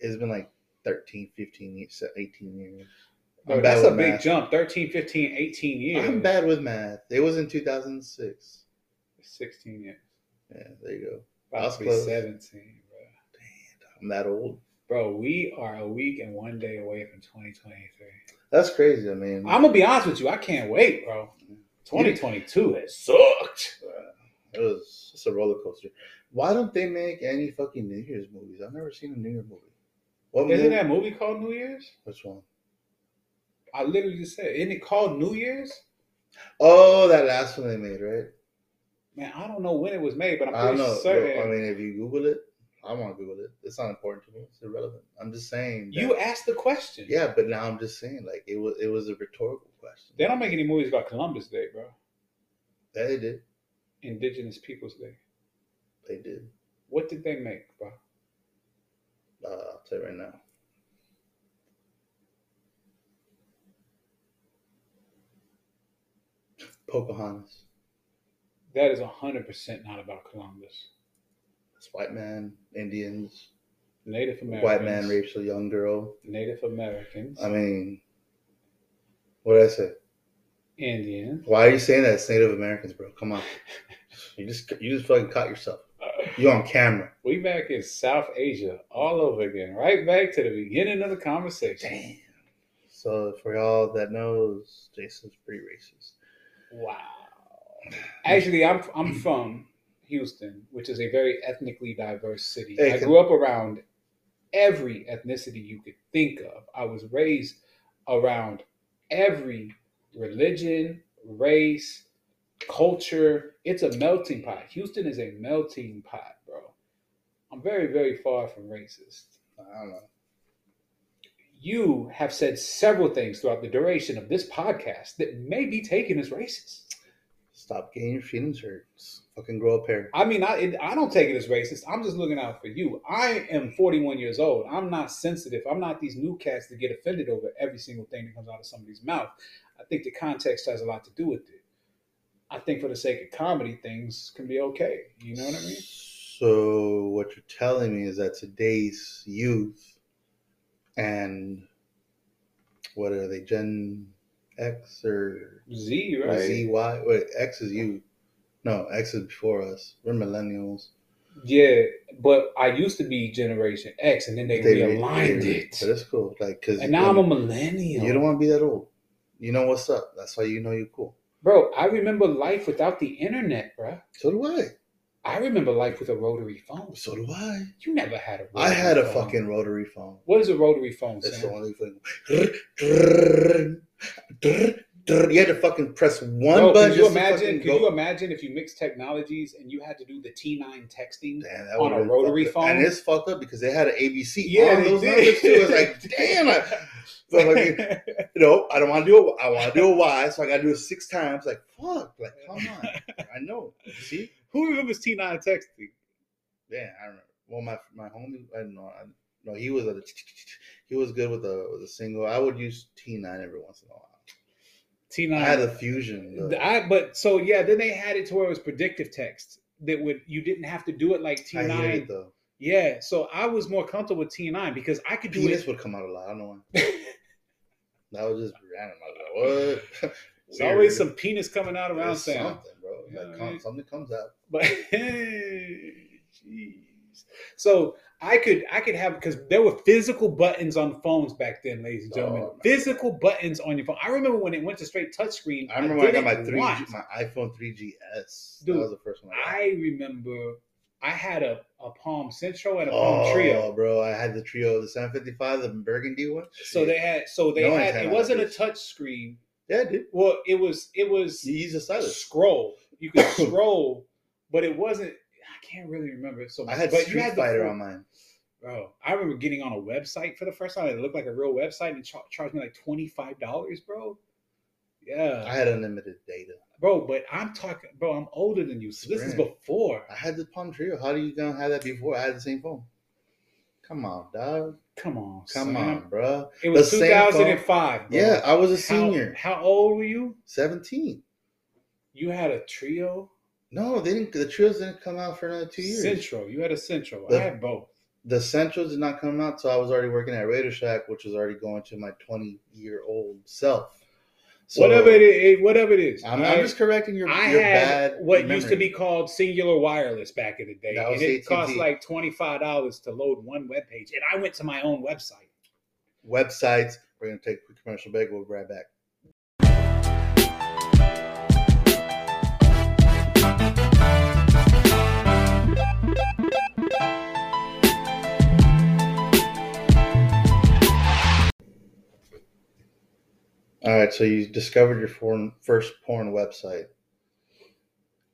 Speaker 1: it's been like 13, 15, years- 18 years.
Speaker 2: Bro,
Speaker 1: I'm bad
Speaker 2: that's a
Speaker 1: with
Speaker 2: big
Speaker 1: math.
Speaker 2: jump. 13, 15, 18 years.
Speaker 1: I'm bad with math. It was in 2006.
Speaker 2: 16 years.
Speaker 1: Yeah, there you go.
Speaker 2: About
Speaker 1: That's
Speaker 2: to be
Speaker 1: close.
Speaker 2: 17, bro.
Speaker 1: I'm that old.
Speaker 2: Bro, we are a week and one day away from 2023.
Speaker 1: That's crazy. I mean,
Speaker 2: I'm gonna be honest with you. I can't wait, bro. 2022 has sucked.
Speaker 1: uh, it was just a roller coaster. Why don't they make any fucking New Year's movies? I've never seen a New Year movie. What
Speaker 2: Isn't
Speaker 1: movie-
Speaker 2: that movie called New Year's?
Speaker 1: Which one?
Speaker 2: I literally just said, isn't it called New Year's?
Speaker 1: Oh, that last one they made, right?
Speaker 2: Man, I don't know when it was made, but I'm
Speaker 1: I don't
Speaker 2: pretty
Speaker 1: know.
Speaker 2: certain.
Speaker 1: I mean, if you Google it, I want to Google it. It's not important to me. It's irrelevant. I'm just saying. that-
Speaker 2: you asked the question.
Speaker 1: Yeah, but now I'm just saying, like it was. It was a rhetorical question.
Speaker 2: They don't make any movies about Columbus Day, bro.
Speaker 1: Yeah, they did.
Speaker 2: Indigenous Peoples Day.
Speaker 1: They did.
Speaker 2: What did they make, bro?
Speaker 1: Uh, I'll tell you right now. Pocahontas.
Speaker 2: That is 100% not about Columbus.
Speaker 1: It's white man, Indians,
Speaker 2: Native Americans.
Speaker 1: white man rapes a young girl.
Speaker 2: Native Americans.
Speaker 1: I mean, what did I say?
Speaker 2: Indians.
Speaker 1: Why are you saying that? It's Native Americans, bro. Come on. You just you just fucking caught yourself. You on camera.
Speaker 2: We back in South Asia all over again. Right back to the beginning of the conversation.
Speaker 1: Damn. So for y'all that knows, Jason's pretty racist.
Speaker 2: Wow. Actually, I'm I'm from Houston, which is a very ethnically diverse city.
Speaker 1: Hey,
Speaker 2: I
Speaker 1: can-
Speaker 2: grew up around every ethnicity you could think of. I was raised around every religion, race, culture. It's a melting pot. Houston is a melting pot, bro. I'm very, very far from racist.
Speaker 1: I don't know.
Speaker 2: You have said several things throughout the duration of this podcast that may be taken as racist.
Speaker 1: Stop getting your feelings hurt. Just Fucking grow up here.
Speaker 2: I mean, I it, I don't take it as racist. I'm just looking out for you. I am 41 years old. I'm not sensitive. I'm not these new cats that get offended over every single thing that comes out of somebody's mouth. I think the context has a lot to do with it. I think for the sake of comedy, things can be okay. You know what I mean?
Speaker 1: So what you're telling me is that today's youth and what are they, Gen X or
Speaker 2: Z, right?
Speaker 1: Z Y? Wait, X is you. No, X is before us. We're millennials.
Speaker 2: Yeah, but I used to be Generation X, and then they, realigned
Speaker 1: they-
Speaker 2: it,
Speaker 1: But it's cool. Like, cause
Speaker 2: and now I'm a
Speaker 1: you
Speaker 2: millennial.
Speaker 1: don't want to be that old. You know what's up. That's why you know you're cool.
Speaker 2: bro. I remember life without the internet, bro.
Speaker 1: So do I.
Speaker 2: I remember life with a rotary phone.
Speaker 1: So do I.
Speaker 2: You never had a. Rotary
Speaker 1: I had a
Speaker 2: phone.
Speaker 1: fucking rotary phone.
Speaker 2: What is a rotary phone?
Speaker 1: That's the
Speaker 2: Sam?
Speaker 1: only thing. You had to fucking press one
Speaker 2: Bro,
Speaker 1: button.
Speaker 2: Could you
Speaker 1: just to
Speaker 2: imagine?
Speaker 1: fucking
Speaker 2: Could
Speaker 1: go.
Speaker 2: you imagine if you mix technologies and you had to do the T9
Speaker 1: [LAUGHS]
Speaker 2: texting?
Speaker 1: Damn, that
Speaker 2: on
Speaker 1: would've
Speaker 2: a
Speaker 1: been
Speaker 2: rotary
Speaker 1: fucked up.
Speaker 2: phone?
Speaker 1: And it's fucked up because they had an ABC.
Speaker 2: Yeah,
Speaker 1: on
Speaker 2: they
Speaker 1: those
Speaker 2: did.
Speaker 1: numbers too. It's like, damn. I, so I'm like, no, I don't want to do it. I want to do a Y, so I got to do it six times. Like, fuck. Like, come on. I know. See?
Speaker 2: [LAUGHS] Who remembers T9 texting?
Speaker 1: Yeah, I remember. Well, my my homie, I don't know. I, no, he was a he was good with a with a single. I would use T nine every once in a while.
Speaker 2: T9.
Speaker 1: I had a fusion. though.
Speaker 2: I- but so yeah, then they had it to where it was predictive text that would you didn't have to do it like
Speaker 1: I hated
Speaker 2: T9.
Speaker 1: it though.
Speaker 2: Yeah, so I was more comfortable with T9 because I could do
Speaker 1: Penis
Speaker 2: it.
Speaker 1: would come out a lot. I don't know
Speaker 2: [LAUGHS]
Speaker 1: why. that was just random. I was like,
Speaker 2: [LAUGHS]
Speaker 1: what?
Speaker 2: There's always
Speaker 1: Weird.
Speaker 2: some penis coming out around
Speaker 1: There's
Speaker 2: sound.
Speaker 1: something, bro.
Speaker 2: You know
Speaker 1: Like,
Speaker 2: what I
Speaker 1: come-
Speaker 2: mean?
Speaker 1: something comes out.
Speaker 2: But [LAUGHS] jeez. So I could I could have because there were physical buttons on phones back then, ladies and gentlemen.
Speaker 1: Oh, man.
Speaker 2: physical buttons on your phone. I remember when it went to straight touchscreen.
Speaker 1: I remember when I got my
Speaker 2: didn't
Speaker 1: three,
Speaker 2: want-
Speaker 1: my iPhone 3GS.
Speaker 2: Dude,
Speaker 1: that was the first one. I, got.
Speaker 2: I remember I had a, a Palm Centro and a Palm
Speaker 1: oh,
Speaker 2: Trio.
Speaker 1: bro, I had the trio, the 755, the burgundy one.
Speaker 2: So they had so they
Speaker 1: No one's
Speaker 2: had
Speaker 1: had
Speaker 2: it
Speaker 1: that
Speaker 2: wasn't a
Speaker 1: bitch.
Speaker 2: touch screen.
Speaker 1: yeah, dude,
Speaker 2: Well, it was it was
Speaker 1: you use the stylus.
Speaker 2: scroll. You
Speaker 1: [COUGHS]
Speaker 2: could scroll, but it wasn't. I can't really remember it so much.
Speaker 1: I had
Speaker 2: but
Speaker 1: Street
Speaker 2: the
Speaker 1: Fighter
Speaker 2: full-
Speaker 1: on mine.
Speaker 2: Bro, Oh, I remember getting on a website for the first time. It looked like a real website and char- charged me like twenty five dollars, bro.
Speaker 1: I
Speaker 2: Yeah,
Speaker 1: had unlimited data.
Speaker 2: bro. But I'm talking, bro. I'm older than you, so this is
Speaker 1: Sprint.
Speaker 2: before.
Speaker 1: I had the Palm Trio. How do you gonna have that before? I had the same phone. Come on, dog.
Speaker 2: Come on,
Speaker 1: Come
Speaker 2: son.
Speaker 1: on, bro.
Speaker 2: It was
Speaker 1: The
Speaker 2: two
Speaker 1: same phone-
Speaker 2: thousand and five.
Speaker 1: Yeah, I was a senior,
Speaker 2: How, old were you?
Speaker 1: seventeen.
Speaker 2: You had a trio
Speaker 1: No, they didn't. The trios didn't come out for another two years.
Speaker 2: central. You had a central.
Speaker 1: The-
Speaker 2: I had both.
Speaker 1: the Central did not come out, so I was already working at Radio Shack, which was already going to my 20 year old self. So
Speaker 2: whatever it is, whatever it is.
Speaker 1: I'm,
Speaker 2: I-
Speaker 1: I'm just correcting your,
Speaker 2: I
Speaker 1: your
Speaker 2: had
Speaker 1: bad
Speaker 2: what
Speaker 1: memory.
Speaker 2: used to be called Singular Wireless back in the day,
Speaker 1: That was
Speaker 2: and it
Speaker 1: AT&T.
Speaker 2: cost like twenty five dollars to load one web page. And I went to my own website.
Speaker 1: websites. We're gonna take a quick commercial break. We'll be right back. All right, so you discovered your porn, first porn website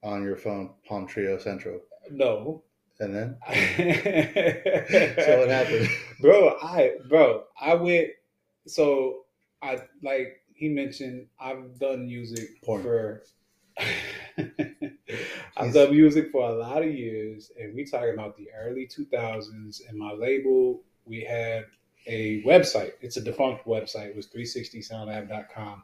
Speaker 1: on your phone, Palm Trio Central,
Speaker 2: No,
Speaker 1: and then
Speaker 2: so
Speaker 1: so
Speaker 2: what
Speaker 1: what
Speaker 2: [LAUGHS]
Speaker 1: happened?
Speaker 2: bro? I bro, I went. So I like he mentioned, I've done music
Speaker 1: Porn. [LAUGHS]
Speaker 2: for. I've
Speaker 1: He's-
Speaker 2: done music for a lot of years, and we talking about the early 2000s. And my label, we had a website. It's a defunct website. It was 360soundlab.com.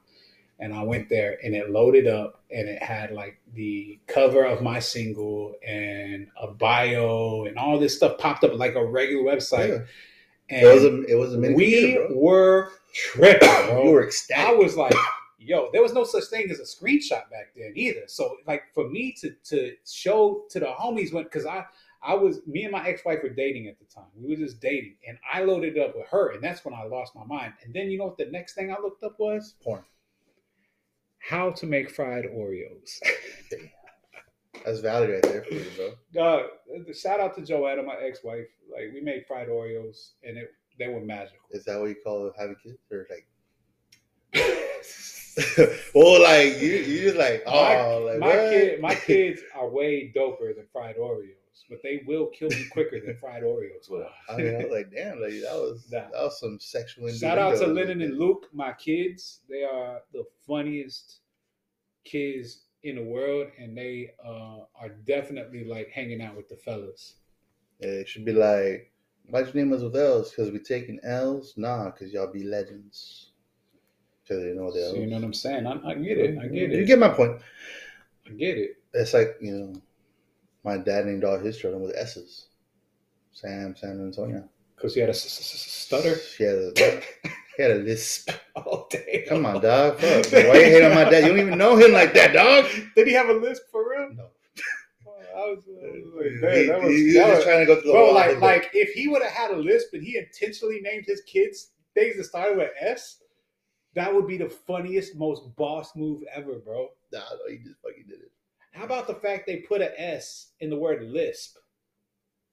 Speaker 2: And I went there and it loaded up and it had like the cover of my single and a bio and all this stuff popped up like a regular
Speaker 1: Yeah.
Speaker 2: website.
Speaker 1: [LAUGHS]
Speaker 2: And
Speaker 1: it was a it was a mini
Speaker 2: we
Speaker 1: computer, bro.
Speaker 2: were tripping.
Speaker 1: [COUGHS]
Speaker 2: bro.
Speaker 1: you were
Speaker 2: I
Speaker 1: ecstatic.
Speaker 2: was like, yo, there was no such thing as a screenshot back then either. So like for me to to show to the homies when because I I was me and my ex-wife were dating at the time. We were just dating and I loaded up with her and that's when I lost my mind. And then you know what the next thing I looked up was?
Speaker 1: Porn.
Speaker 2: How to make fried Oreos. [LAUGHS]
Speaker 1: That's value right there for you, bro.
Speaker 2: Dog, uh, shout out to Joanna, my ex-wife. Like we made fried Oreos and it they were magical.
Speaker 1: Is that what you call having kids, or
Speaker 2: [LAUGHS]
Speaker 1: like, [LAUGHS] well, like you, you just like, oh, like
Speaker 2: my
Speaker 1: what?
Speaker 2: kid, my kids are way doper than fried Oreos, but they will kill me quicker than fried
Speaker 1: [LAUGHS]
Speaker 2: Oreos. will.
Speaker 1: I mean, I was like, damn, like that was
Speaker 2: Nah.
Speaker 1: that was some sexual.
Speaker 2: Shout out to
Speaker 1: innuendo.
Speaker 2: Lennon and Luke, my kids. They are the funniest kids in the world, and they uh, are definitely like hanging out with the fellas.
Speaker 1: It should be like, why'd you name us with L's? Because we taking L's? Nah, because y'all be legends. Because Oh, they know the
Speaker 2: So
Speaker 1: L's.
Speaker 2: you know what I'm saying? I, I get it. I get
Speaker 1: You
Speaker 2: it.
Speaker 1: get my point.
Speaker 2: I get it.
Speaker 1: It's like you know, my dad named all his children with S's. Sam, San Antonio.
Speaker 2: Cause he had a s- s- s- stutter [LAUGHS]
Speaker 1: She had a, he had a lisp.
Speaker 2: all day.
Speaker 1: Come on, dog. Fuck. Why you hate on my dad? You don't even know him like that, dog.
Speaker 2: [LAUGHS] Did he have a lisp for real?
Speaker 1: No. Uh,
Speaker 2: Oh, [LAUGHS] I was, I was like,
Speaker 1: He-
Speaker 2: man, that was,
Speaker 1: he- he
Speaker 2: that
Speaker 1: was
Speaker 2: was-
Speaker 1: just trying to go through the
Speaker 2: Bro,
Speaker 1: whole
Speaker 2: like,
Speaker 1: alphabet.
Speaker 2: like if he would have had a lisp and he intentionally named his kids things that started with S, that would be the funniest, most boss move ever, bro.
Speaker 1: Nah, no, he just fucking did it.
Speaker 2: How about the fact they put a S in the word lisp?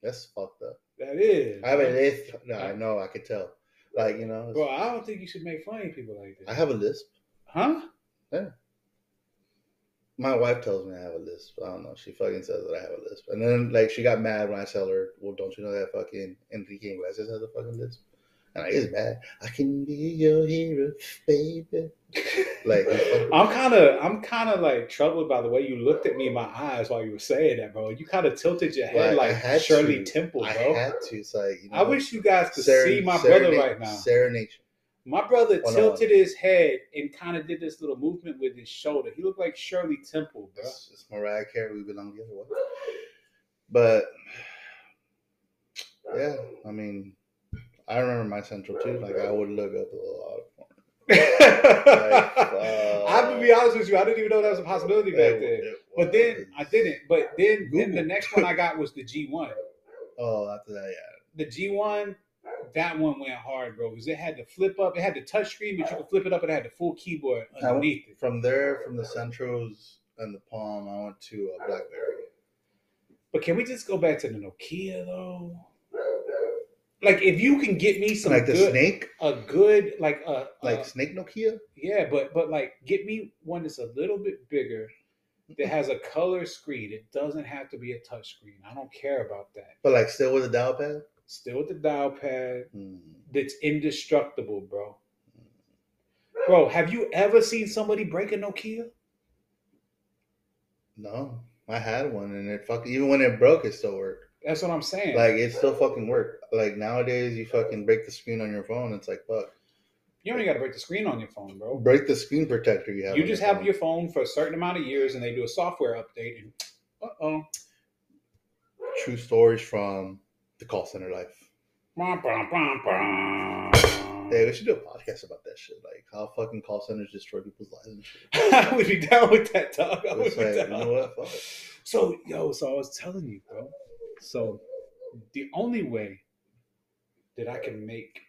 Speaker 1: That's fucked up.
Speaker 2: That is.
Speaker 1: I have a lisp. No, I know. I could tell. Like you know,
Speaker 2: Bro, I don't think you should make fun of people like
Speaker 1: I
Speaker 2: that.
Speaker 1: have a lisp.
Speaker 2: Huh?
Speaker 1: My wife tells me I have a lisp. I don't know. She fucking says that I have a lisp, and then like she got mad when I tell her, "Well, don't you know that fucking Enrique Iglesias has a fucking lisp?" And I get mad. I can be your hero, baby. Like
Speaker 2: [LAUGHS] I'm kind of, I'm kind of like troubled by the way you looked at me in my eyes while you were saying that, bro. You kind of tilted your head
Speaker 1: Like, I
Speaker 2: like,
Speaker 1: had
Speaker 2: Shirley
Speaker 1: to.
Speaker 2: Temple,
Speaker 1: I
Speaker 2: bro. I,
Speaker 1: had to. It's like you know,
Speaker 2: wish you guys could
Speaker 1: Seren-
Speaker 2: see my brother
Speaker 1: serenade-
Speaker 2: right now.
Speaker 1: Serenade.
Speaker 2: My brother
Speaker 1: Oh, no.
Speaker 2: tilted his head and kind of did this little movement with his shoulder. He looked like Shirley Temple,
Speaker 1: [LAUGHS]
Speaker 2: bro.
Speaker 1: It's, it's Mariah Carey. We belong the other way. But yeah, I mean, I remember my central too. Like I would look up a lot.
Speaker 2: I'm gonna be honest with you. I didn't even know that was a possibility back
Speaker 1: It-
Speaker 2: then.
Speaker 1: it
Speaker 2: But then
Speaker 1: uh, was-
Speaker 2: I didn't. But then, then the
Speaker 1: Google.
Speaker 2: next one I got was the G1.
Speaker 1: Oh, after that, yeah.
Speaker 2: The G1, that one went hard, bro, because it had the flip up. It had the touch screen, but you could flip it up. and It had the full keyboard
Speaker 1: I went-
Speaker 2: underneath it.
Speaker 1: From there, from the Centros and the Palm, I went to uh, BlackBerry.
Speaker 2: But can we just go back to the Nokia though? Like, if you can get me some
Speaker 1: Like the
Speaker 2: good, uh,
Speaker 1: Snake,
Speaker 2: a good like a
Speaker 1: like
Speaker 2: a-
Speaker 1: Snake Nokia.
Speaker 2: yeah, but but like get me one that's a little bit bigger that has a color screen. It doesn't have to be a touch screen. I don't care about that.
Speaker 1: But like still with a dial pad?
Speaker 2: Still with the dial pad.
Speaker 1: Hmm.
Speaker 2: that's indestructible, bro. Bro, have you ever seen somebody break a Nokia?
Speaker 1: No, I had one, and it fuck even when it broke, it still worked.
Speaker 2: That's what I'm saying.
Speaker 1: Like it still fucking worked. Like nowadays, you fucking break the screen on your phone. It's like fuck.
Speaker 2: you don't even gotta break the screen on your phone, bro.
Speaker 1: Break the screen protector you have.
Speaker 2: You
Speaker 1: on
Speaker 2: just have
Speaker 1: phone.
Speaker 2: your phone for a certain amount of years, and they do a software update, and uh oh,
Speaker 1: true stories from the call center life. Hey, we should do a podcast about that shit. Like how fucking call centers destroy people's lives and
Speaker 2: [LAUGHS]
Speaker 1: shit.
Speaker 2: [LAUGHS] I would be down with that, dog. I would
Speaker 1: It's
Speaker 2: be
Speaker 1: like, you
Speaker 2: down.
Speaker 1: know what? Fuck. it.
Speaker 2: So, yo, so I was telling you, bro. So, the only way that I can make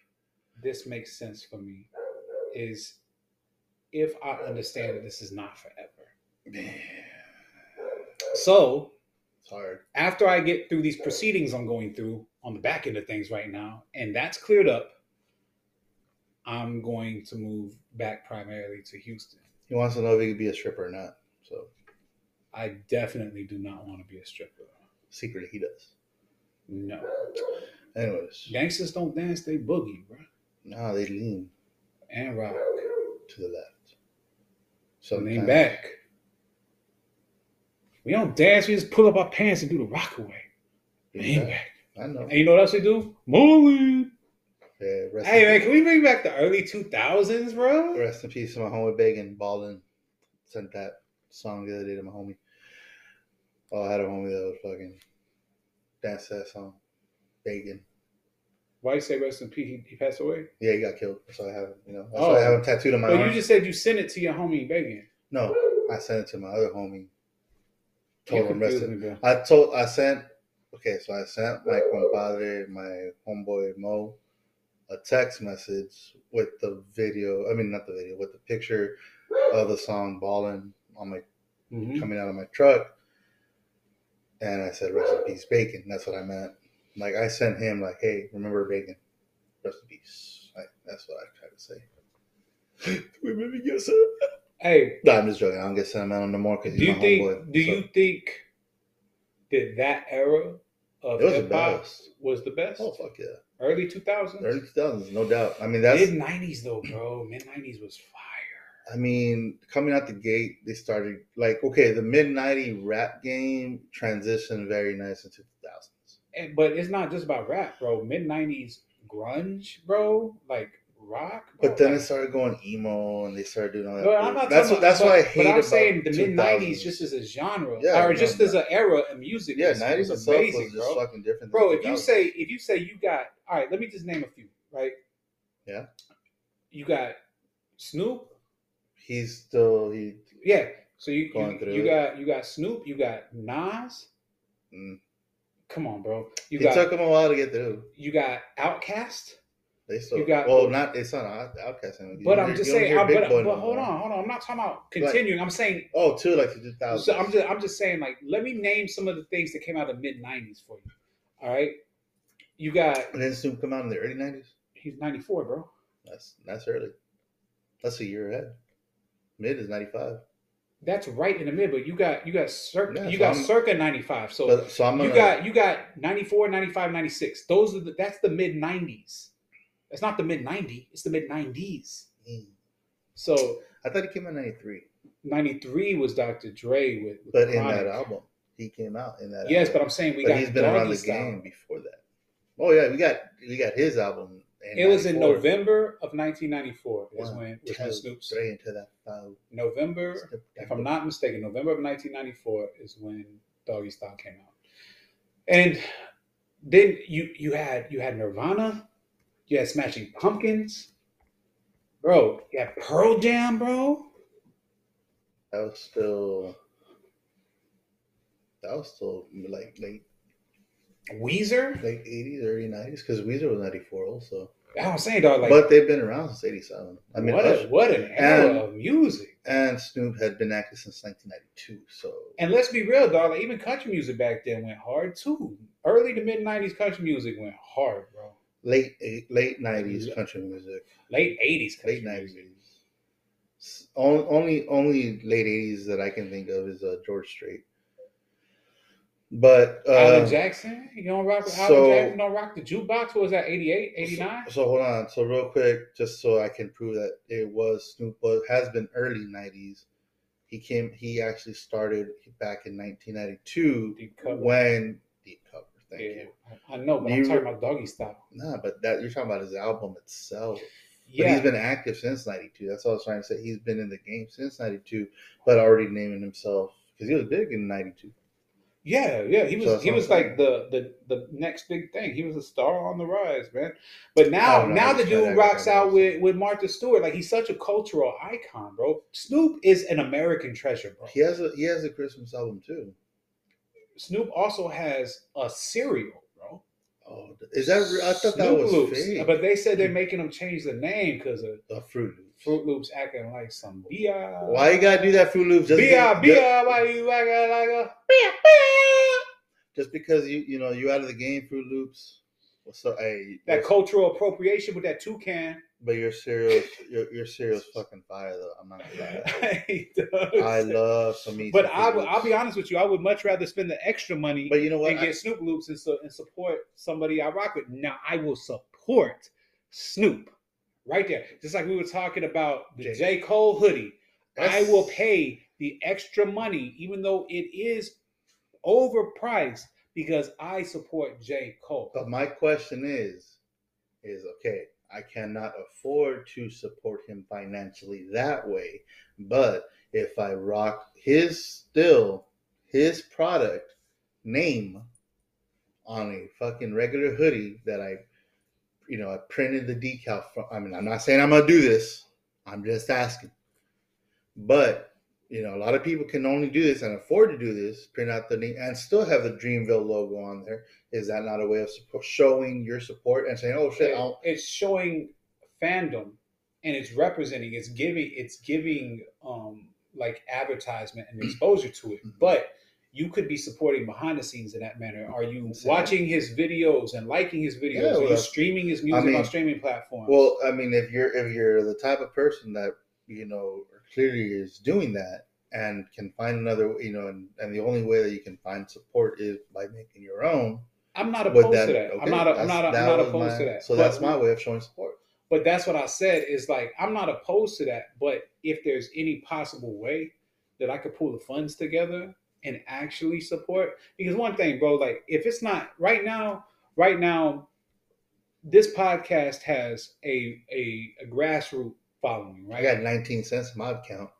Speaker 2: this make sense for me is if I understand that this is not forever.
Speaker 1: Man,
Speaker 2: So,
Speaker 1: it's hard.
Speaker 2: after I get through these proceedings I'm going through on the back end of things right now, and that's cleared up, I'm going to move back primarily to Houston.
Speaker 1: He wants to know if he could be a stripper or not. So
Speaker 2: I definitely do not want to be a stripper.
Speaker 1: secretly, he does.
Speaker 2: No.
Speaker 1: Anyways,
Speaker 2: Gangsters don't dance, they boogie, bro.
Speaker 1: no, they lean
Speaker 2: And rock.
Speaker 1: to the left.
Speaker 2: So
Speaker 1: So
Speaker 2: lean back. We don't dance. We just pull up our pants and do the rock away. Lean back.
Speaker 1: I know.
Speaker 2: And you know what else we do? Move.
Speaker 1: Yeah, rest,
Speaker 2: Hey
Speaker 1: in,
Speaker 2: man, can we bring back the early two thousands, bro?
Speaker 1: rest in peace to my homie Bacon Ballin. Sent that song the other day to my homie. Oh, I had a homie that would fucking dance to that song. Bacon.
Speaker 2: Why you say rest in peace? He, he passed away.
Speaker 1: Yeah, he got killed. That's why I have him, you know. That's why I have him tattooed on my
Speaker 2: Oh. But
Speaker 1: arm.
Speaker 2: you just said you sent it to your homie Bacon.
Speaker 1: No, I sent it to my other homie.
Speaker 2: You
Speaker 1: Told him rest
Speaker 2: confused
Speaker 1: in
Speaker 2: me, bro.
Speaker 1: I told I sent okay, so I sent my compadre, my homeboy Mo, a text message with the video. I mean, not the video, with the picture of the song "Ballin" on my
Speaker 2: Mhm.
Speaker 1: coming out of my truck, and I said, "Rest in peace, Bacon." That's what I meant. Like I sent him, like, "Hey, remember Bacon? Rest in peace." Like that's what I tried to say. [GASPS] remember yourself.
Speaker 2: Hey,
Speaker 1: No, I'm just joking. I don't get sentimental no more because
Speaker 2: do you think? Do you think that that era of
Speaker 1: It was the
Speaker 2: hip hop
Speaker 1: best.
Speaker 2: was the best?
Speaker 1: Oh fuck yeah.
Speaker 2: [LAUGHS] Early two thousands.
Speaker 1: Early 2000s, no doubt. I mean, that's.
Speaker 2: Mid nineties though, bro. Mid nineties was fire.
Speaker 1: I mean, coming out the gate, they started like okay, the mid '90 rap game transitioned very nice into the thousands.
Speaker 2: And, but it's not just about rap, bro. Mid nineties grunge, bro. Like rock. Bro.
Speaker 1: But then it
Speaker 2: like,
Speaker 1: started going emo, and they started doing all that.
Speaker 2: No, I'm
Speaker 1: bullshit.
Speaker 2: not
Speaker 1: that's
Speaker 2: talking
Speaker 1: what, that's
Speaker 2: about-
Speaker 1: why I
Speaker 2: but-
Speaker 1: hate.
Speaker 2: But I'm
Speaker 1: about
Speaker 2: saying the mid
Speaker 1: 2000s.
Speaker 2: nineties, just as a genre,
Speaker 1: Yeah,
Speaker 2: or
Speaker 1: no,
Speaker 2: just
Speaker 1: no.
Speaker 2: as an era of music.
Speaker 1: yeah,
Speaker 2: was-
Speaker 1: '90s
Speaker 2: was
Speaker 1: itself was
Speaker 2: amazing,
Speaker 1: just
Speaker 2: bro.
Speaker 1: fucking different. than
Speaker 2: Bro, if you
Speaker 1: 2000s.
Speaker 2: say if you say you got all right, let me just name a few, right?
Speaker 1: Yeah.
Speaker 2: You got Snoop.
Speaker 1: he's still he,
Speaker 2: Yeah. So you
Speaker 1: Going
Speaker 2: you,
Speaker 1: through
Speaker 2: you
Speaker 1: it.
Speaker 2: got you got Snoop. You got Nas.
Speaker 1: Mm.
Speaker 2: Come on, bro. You
Speaker 1: it
Speaker 2: got
Speaker 1: took him a while to get through.
Speaker 2: you got Outkast.
Speaker 1: They still
Speaker 2: You got-
Speaker 1: well, not it's not out- outcast. anymore. You
Speaker 2: But
Speaker 1: don't
Speaker 2: I'm
Speaker 1: hear-
Speaker 2: just
Speaker 1: you don't
Speaker 2: saying,
Speaker 1: hear
Speaker 2: I,
Speaker 1: Big
Speaker 2: but,
Speaker 1: Boy
Speaker 2: but
Speaker 1: no
Speaker 2: hold
Speaker 1: more.
Speaker 2: on, hold on. I'm not talking about continuing. I'm saying,
Speaker 1: Oh, too like the 2000s.
Speaker 2: so I'm just, I'm just saying, like, let me name some of the things that came out of mid '90s for you. All right, you got
Speaker 1: And then Snoop come out in the early '90s.
Speaker 2: he's '94, bro.
Speaker 1: That's that's early. That's a year ahead. Mid is ninety five.
Speaker 2: That's right in the mid. But you got you got circa
Speaker 1: Yeah,
Speaker 2: you
Speaker 1: so
Speaker 2: got
Speaker 1: I'm-
Speaker 2: circa '95. So
Speaker 1: So, so I'm gonna
Speaker 2: you got you got '94, '95, '96. Those are the that's the mid '90s. That's not the mid '90s. It's the mid '90s.
Speaker 1: Mm.
Speaker 2: So
Speaker 1: I thought he came out in ninety three,
Speaker 2: '93 was Dr. Dre with, with
Speaker 1: but in
Speaker 2: Chronic.
Speaker 1: that album, he came out in that.
Speaker 2: Yes, but
Speaker 1: album.
Speaker 2: I'm saying we
Speaker 1: but
Speaker 2: got
Speaker 1: he's been around
Speaker 2: Doggy
Speaker 1: the
Speaker 2: Style.
Speaker 1: game before that. Oh yeah, we got we got his album.
Speaker 2: It was in
Speaker 1: 94.
Speaker 2: November of 1994 is
Speaker 1: One,
Speaker 2: when,
Speaker 1: two,
Speaker 2: was when Snoop's
Speaker 1: three into that file.
Speaker 2: November,
Speaker 1: Step
Speaker 2: if
Speaker 1: down.
Speaker 2: I'm not mistaken, November of 1994 is when Doggy Style came out. And Then you you had you had Nirvana, you had Smashing Pumpkins, bro. You had Pearl Jam, bro.
Speaker 1: That was still that was still like late
Speaker 2: Weezer.
Speaker 1: late eighties, early nineties, because Weezer was ninety four also.
Speaker 2: I don't say dog like
Speaker 1: but they've been around since eighty seven. I mean,
Speaker 2: what a,
Speaker 1: Usher-
Speaker 2: what an era
Speaker 1: and-
Speaker 2: of music.
Speaker 1: and Snoop had been active since nineteen ninety two. So
Speaker 2: And let's be real, dog. Like, even country music back then went hard too. Early to mid '90s country music went hard, bro.
Speaker 1: late eight- late nineties
Speaker 2: Yeah.
Speaker 1: country music,
Speaker 2: Late '80s country
Speaker 1: late
Speaker 2: music.
Speaker 1: nineties. Only only late eighties that I can think of is uh, George Strait. But uh,
Speaker 2: Alan Jackson, you don't rock.
Speaker 1: so-
Speaker 2: Alan Jackson don't rock the jukebox. What was that? 88, 89?
Speaker 1: So hold on. So real quick, just so I can prove that it was Snoop was has been early '90s. He came. He actually started back in 1992
Speaker 2: Deep cover.
Speaker 1: when Deep Cover. Thank
Speaker 2: yeah,
Speaker 1: you.
Speaker 2: I know, but
Speaker 1: You-
Speaker 2: I'm talking about doggy style.
Speaker 1: Nah, but that you're talking about his album itself. But
Speaker 2: Yeah,
Speaker 1: he's been active since '92. That's all I was trying to say. He's been in the game since '92, but already naming himself because he was big in '92.
Speaker 2: yeah, yeah. He was
Speaker 1: So that's
Speaker 2: he
Speaker 1: what I'm
Speaker 2: was like the, the the next big thing. He was a star on the rise, man. But now
Speaker 1: don't know,
Speaker 2: now
Speaker 1: I'm
Speaker 2: the
Speaker 1: just trying to act
Speaker 2: dude
Speaker 1: like
Speaker 2: rocks
Speaker 1: I know
Speaker 2: out
Speaker 1: what
Speaker 2: with
Speaker 1: I'm
Speaker 2: with Martha Stewart. Like he's such a cultural icon, bro. Snoop is an American treasure, bro.
Speaker 1: He has a he has a Christmas album too.
Speaker 2: Snoop also has a cereal, bro.
Speaker 1: Oh, is that? re- I thought that
Speaker 2: Snoop
Speaker 1: was
Speaker 2: Loops.
Speaker 1: fake. Mm.
Speaker 2: But they said they're making him change the name because of
Speaker 1: the Fruit Loops.
Speaker 2: Fruit Loops acting like some bi.
Speaker 1: Why you gotta do that Fruit Loops? Just
Speaker 2: bi
Speaker 1: be-
Speaker 2: bi? Why you acting like a?
Speaker 1: just because you you know you out of the game Fruit Loops. Well, So hey,
Speaker 2: That
Speaker 1: your-
Speaker 2: cultural appropriation with that toucan.
Speaker 1: but your cereal your your cereal's fucking fire though. I'm not gonna
Speaker 2: [LAUGHS]
Speaker 1: lie.
Speaker 2: I
Speaker 1: I love some meat.
Speaker 2: But I would, I'll be honest with you. I would much rather spend the extra money
Speaker 1: But you know what?
Speaker 2: and get Snoop Loops and, su- and support somebody I rock with. Now I will support Snoop right there. Just like we were talking about the
Speaker 1: J.
Speaker 2: J, Cole hoodie. I
Speaker 1: that's-
Speaker 2: will pay the extra money, even though it is overpriced, because I support J Cole.
Speaker 1: But my question is, is okay. I cannot afford to support him financially that way. But if I rock his still his product name on a fucking regular hoodie that I, you know, I printed the decal from. I mean, I'm not saying I'm gonna do this. I'm just asking. But you know, a lot of people can only do this and afford to do this. Print out the name and still have the Dreamville logo on there. Is that not a way of support, showing your support and saying, "Oh shit,
Speaker 2: It-
Speaker 1: I'll,
Speaker 2: it's showing fandom and it's representing it's giving it's giving um like advertisement and exposure to it
Speaker 1: Mhm.
Speaker 2: but you could be supporting behind the scenes in that manner are you
Speaker 1: Exactly.
Speaker 2: watching his videos and liking his videos
Speaker 1: Yeah,
Speaker 2: are
Speaker 1: well,
Speaker 2: you streaming his music
Speaker 1: mean,
Speaker 2: on streaming platforms
Speaker 1: Well, I mean, if you're if you're the type of person that you know clearly is doing that and can find another, you know, and, and the only way that you can find support is by making your own.
Speaker 2: i'm not
Speaker 1: But
Speaker 2: opposed to that i'm not i'm not i'm not opposed to that
Speaker 1: So
Speaker 2: But-
Speaker 1: that's my way of showing support.
Speaker 2: But that's what I said is like I'm not opposed to that, but if there's any possible way that I could pull the funds together and actually support, because one thing, bro, like if it's not right now, right now, this podcast has a a, a grassroots following,
Speaker 1: I
Speaker 2: right?
Speaker 1: got 19 cents in my account.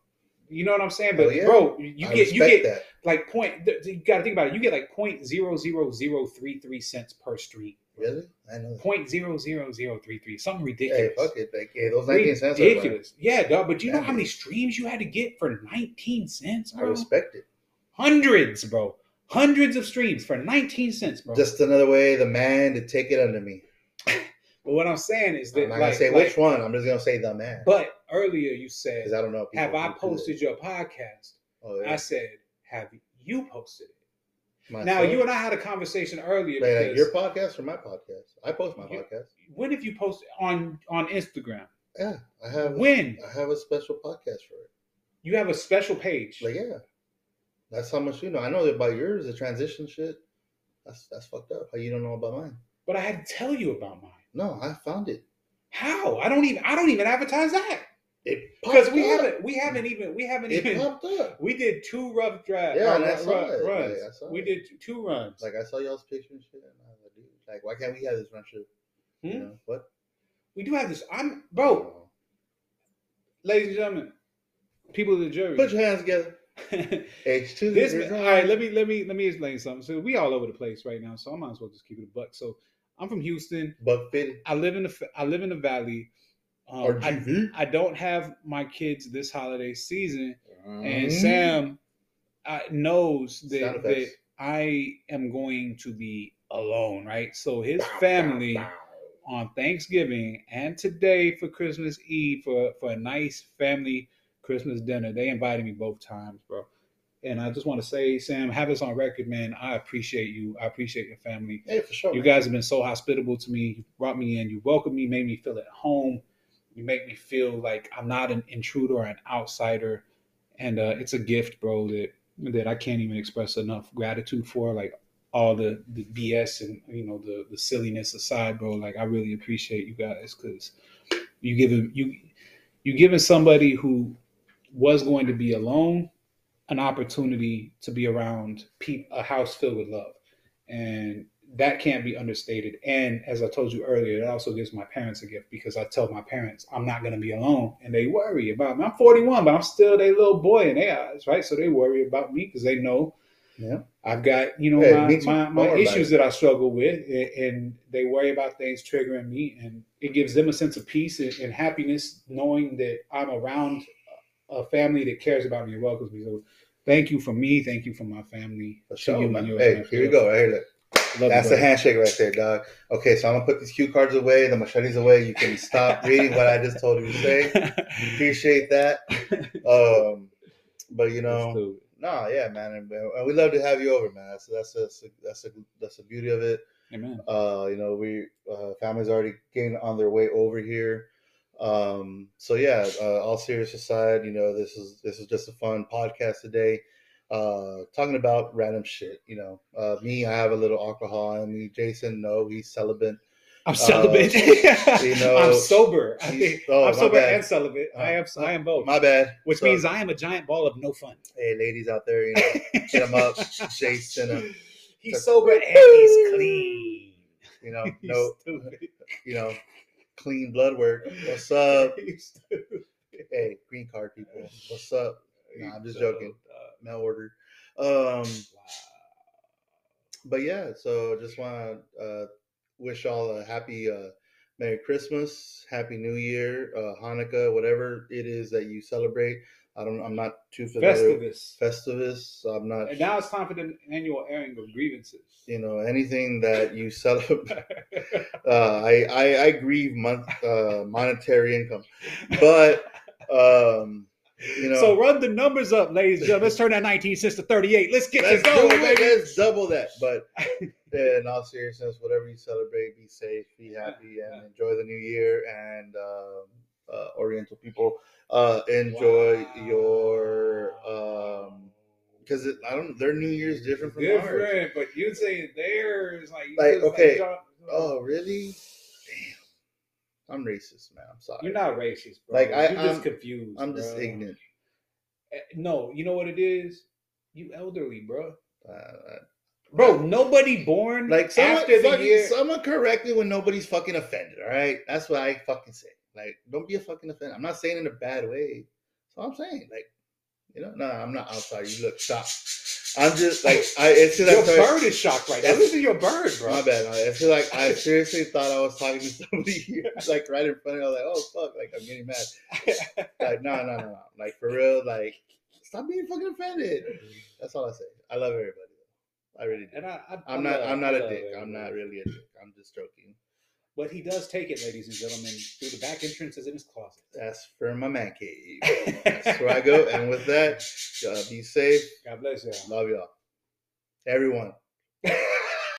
Speaker 2: You know what I'm saying?
Speaker 1: Hell
Speaker 2: But
Speaker 1: yeah.
Speaker 2: bro, you
Speaker 1: I
Speaker 2: get you
Speaker 1: respect
Speaker 2: get
Speaker 1: that.
Speaker 2: like point. th- You got to think about it. You get like point zero zero zero three three cents per street.
Speaker 1: Really? I know. That.
Speaker 2: Point zero zero zero three three. Something ridiculous
Speaker 1: Hey, fuck it. Like, hey, those 19 cents. Are right.
Speaker 2: ridiculous. Yeah, dog. But you know
Speaker 1: Yeah.
Speaker 2: how many streams you had to get for 19 cents,
Speaker 1: I
Speaker 2: bro?
Speaker 1: respect it.
Speaker 2: Hundreds, bro. Hundreds of streams for 19 cents, bro.
Speaker 1: Just another way the man to take it under me.
Speaker 2: but what I'm saying is that,
Speaker 1: I'm not
Speaker 2: like,
Speaker 1: gonna say
Speaker 2: like-
Speaker 1: which one. I'm just gonna say the man.
Speaker 2: But earlier you said,
Speaker 1: Because I don't know. if people
Speaker 2: "Have I
Speaker 1: do that.
Speaker 2: posted your podcast?"
Speaker 1: Oh, yeah.
Speaker 2: I said, "Have you posted it?" Now
Speaker 1: Myself?
Speaker 2: you and I had a conveation earlier.
Speaker 1: Wait, like
Speaker 2: because
Speaker 1: your podcast or my podcast? I post my
Speaker 2: You-
Speaker 1: podcast.
Speaker 2: when have you posted on on Instagram?
Speaker 1: Yeah, I have.
Speaker 2: When
Speaker 1: I have a special podcast for it.
Speaker 2: you have a special page,
Speaker 1: Like, yeah, that's how much you know. I know about yours, the transition shit. That's that's fucked up. How you don't know about mine?
Speaker 2: but I had to tell you about mine.
Speaker 1: No, I found it.
Speaker 2: How? I don't even I don't even advertise that.
Speaker 1: It
Speaker 2: Because
Speaker 1: popped
Speaker 2: we [LAUGHS]
Speaker 1: up.
Speaker 2: haven't, we haven't even, we haven't
Speaker 1: It
Speaker 2: even.
Speaker 1: popped up.
Speaker 2: We did two rough drives.
Speaker 1: Yeah,
Speaker 2: uh,
Speaker 1: and I
Speaker 2: ru-
Speaker 1: saw
Speaker 2: ru-
Speaker 1: it. Like,
Speaker 2: runs.
Speaker 1: I saw
Speaker 2: we
Speaker 1: it.
Speaker 2: did two runs.
Speaker 1: Like I saw y'all's picture and shit. And I was like, dude, like why can't we have this run shit? You
Speaker 2: Hmm?
Speaker 1: know what?
Speaker 2: we do have this. I'm bro, ladies and gentlemen, people of the jury. [LAUGHS]
Speaker 1: put your hands together. H two.
Speaker 2: this all right let me let me let me explain something so we all over the place right now so i might as well just keep it a buck so i'm from houston
Speaker 1: Buck Finn
Speaker 2: i live in the f- i live in the valley um,
Speaker 1: or
Speaker 2: I,
Speaker 1: GV.
Speaker 2: I don't have my kids this holiday season and Sam uh, knows
Speaker 1: Mm-hmm. Sound
Speaker 2: that, that
Speaker 1: effects.
Speaker 2: I am going to be alone, right? So his family on Thanksgiving and today for Christmas Eve for, for a nice family Christmas dinner. They invited me both times, bro. And I just want to say, Sam, have this on record, man. I appreciate you. I appreciate your family.
Speaker 1: Hey, for sure.
Speaker 2: You
Speaker 1: man.
Speaker 2: guys have been so hospitable to me. You brought me in. You welcomed me, made me feel at home. You make me feel like I'm not an intruder or an outsider. And uh, it's a gift, bro, that that I can't even express enough gratitude for. Like all the the BS and you know the the silliness aside, bro. Like I really appreciate you guys because you giving you you giving somebody who was going to be alone an opportunity to be around pe- a house filled with love and that can't be understated and as i told you earlier it also gives my parents a gift because i tell my parents i'm not going to be alone and they worry about me i'm 41 but i'm still their little boy in their eyes right so they worry about me because they know
Speaker 1: Yeah.
Speaker 2: i've got you know
Speaker 1: Hey, me too.
Speaker 2: my, my,
Speaker 1: Don't
Speaker 2: my
Speaker 1: worry about
Speaker 2: issues that i struggle with and, and they worry about things triggering me and it gives them a sense of peace and, and happiness knowing that i'm around a family that cares about me and welcomes me so thank you for me thank you for my family
Speaker 1: For
Speaker 2: To
Speaker 1: sure,
Speaker 2: you and
Speaker 1: man.
Speaker 2: yours,
Speaker 1: Hey,
Speaker 2: man.
Speaker 1: here we go. Right here, look.
Speaker 2: Love
Speaker 1: That's the
Speaker 2: you, brother.
Speaker 1: handshake right there, dog. Okay, so I'm gonna put these cue cards away, the machetes away. You can stop reading what I just told you to say.
Speaker 2: [LAUGHS]
Speaker 1: Appreciate that. Um, but you know, No, yeah, man, and, and we love to have you over, man. So that's that's that's a, that's the beauty of it.
Speaker 2: Amen.
Speaker 1: Uh, you know, we uh, families already getting on their way over here. Um, so yeah, uh, all serious aside, you know, this is this is just a fun podcast today. Uh, talking about random shit. You know, uh, me, I have a little alcohol in me. Jason, no, he's celibate.
Speaker 2: I'm celibate.
Speaker 1: Uh,
Speaker 2: [LAUGHS]
Speaker 1: you know,
Speaker 2: I'm sober. I
Speaker 1: he's-
Speaker 2: think
Speaker 1: oh,
Speaker 2: [LAUGHS] I'm
Speaker 1: my
Speaker 2: sober
Speaker 1: bad. Uh,
Speaker 2: and celibate. I am. I am both.
Speaker 1: My bad.
Speaker 2: which
Speaker 1: So,
Speaker 2: means I am a giant ball of no fun.
Speaker 1: hey, ladies out there, you know, hit him
Speaker 2: [LAUGHS]
Speaker 1: up, Jason. uh, him.
Speaker 2: He's sober
Speaker 1: [LAUGHS]
Speaker 2: and he's clean.
Speaker 1: You know,
Speaker 2: He's
Speaker 1: no,
Speaker 2: stupid. [LAUGHS]
Speaker 1: you know, clean blood work. What's up?
Speaker 2: He's stupid.
Speaker 1: hey, green card people, what's up? Nah, I'm just joking.
Speaker 2: Uh,
Speaker 1: Mail order. Um,
Speaker 2: wow.
Speaker 1: but yeah, so just want to uh, wish y'all a happy uh, Merry Christmas, Happy New Year, uh, Hanukkah, whatever it is that you celebrate. I don't. I'm not too familiar.
Speaker 2: Festivus.
Speaker 1: Festivus. I'm not.
Speaker 2: And now it's time for the annual airing of grievances.
Speaker 1: You know anything that you celebrate.
Speaker 2: [LAUGHS]
Speaker 1: uh, I, I I grieve month uh, monetary income, but um, you know.
Speaker 2: so run the numbers up, ladies and gentlemen. Let's turn that 19 cents to 38. Let's get
Speaker 1: Let's
Speaker 2: this going,
Speaker 1: do it.
Speaker 2: baby.
Speaker 1: Let's double that. But in all seriousness, whatever you celebrate, be safe, be happy, and enjoy the new year. And um, uh, Oriental people, uh, enjoy
Speaker 2: Wow.
Speaker 1: your um because I don't. Their New Year's different from ours.
Speaker 2: different, but you saying theirs like you
Speaker 1: Like,
Speaker 2: just,
Speaker 1: okay,
Speaker 2: drop-
Speaker 1: Oh, really? Damn, I'm racist, man. I'm sorry.
Speaker 2: you're not racist, bro.
Speaker 1: Like, I-
Speaker 2: you're just
Speaker 1: I'm-
Speaker 2: confused.
Speaker 1: I'm just
Speaker 2: bro.
Speaker 1: ignorant.
Speaker 2: Eh, No, you know what it is? You elderly, bro.
Speaker 1: Uh,
Speaker 2: Bro, nobody born
Speaker 1: like someone,
Speaker 2: after the
Speaker 1: fucking-
Speaker 2: year.
Speaker 1: someone correct me when nobody's fucking offended. All right, that's what I fucking say. Like, don't be a fucking offended. I'm not saying in a bad way. That's all I'm saying. Like, you know, no, I'm not outside. You look shocked. I'm just like I. It's just
Speaker 2: your
Speaker 1: like, sorry,
Speaker 2: bird is shocked right now.
Speaker 1: It's-
Speaker 2: Listen to your bird, bro.
Speaker 1: my bad. my bad. It's just like I seriously thought I was talking to somebody [LAUGHS] here, like right in front of. me. I was like, oh fuck, like I'm getting mad. Like no, no, no, no. Like for real, like stop being fucking offended. That's all I say. I love everybody. I really do.
Speaker 2: And I, I,
Speaker 1: I'm
Speaker 2: I
Speaker 1: not.
Speaker 2: love-
Speaker 1: I'm not
Speaker 2: I
Speaker 1: a
Speaker 2: love
Speaker 1: dick.
Speaker 2: it,
Speaker 1: I'm
Speaker 2: bro.
Speaker 1: not really a dick. I'm just joking.
Speaker 2: But he does take it, ladies and gentlemen, through the back entrances in his closet.
Speaker 1: That's for my man [LAUGHS] cave. That's where I go. And with that, y'all be safe.
Speaker 2: God bless you.
Speaker 1: Love y'all. Everyone. [LAUGHS]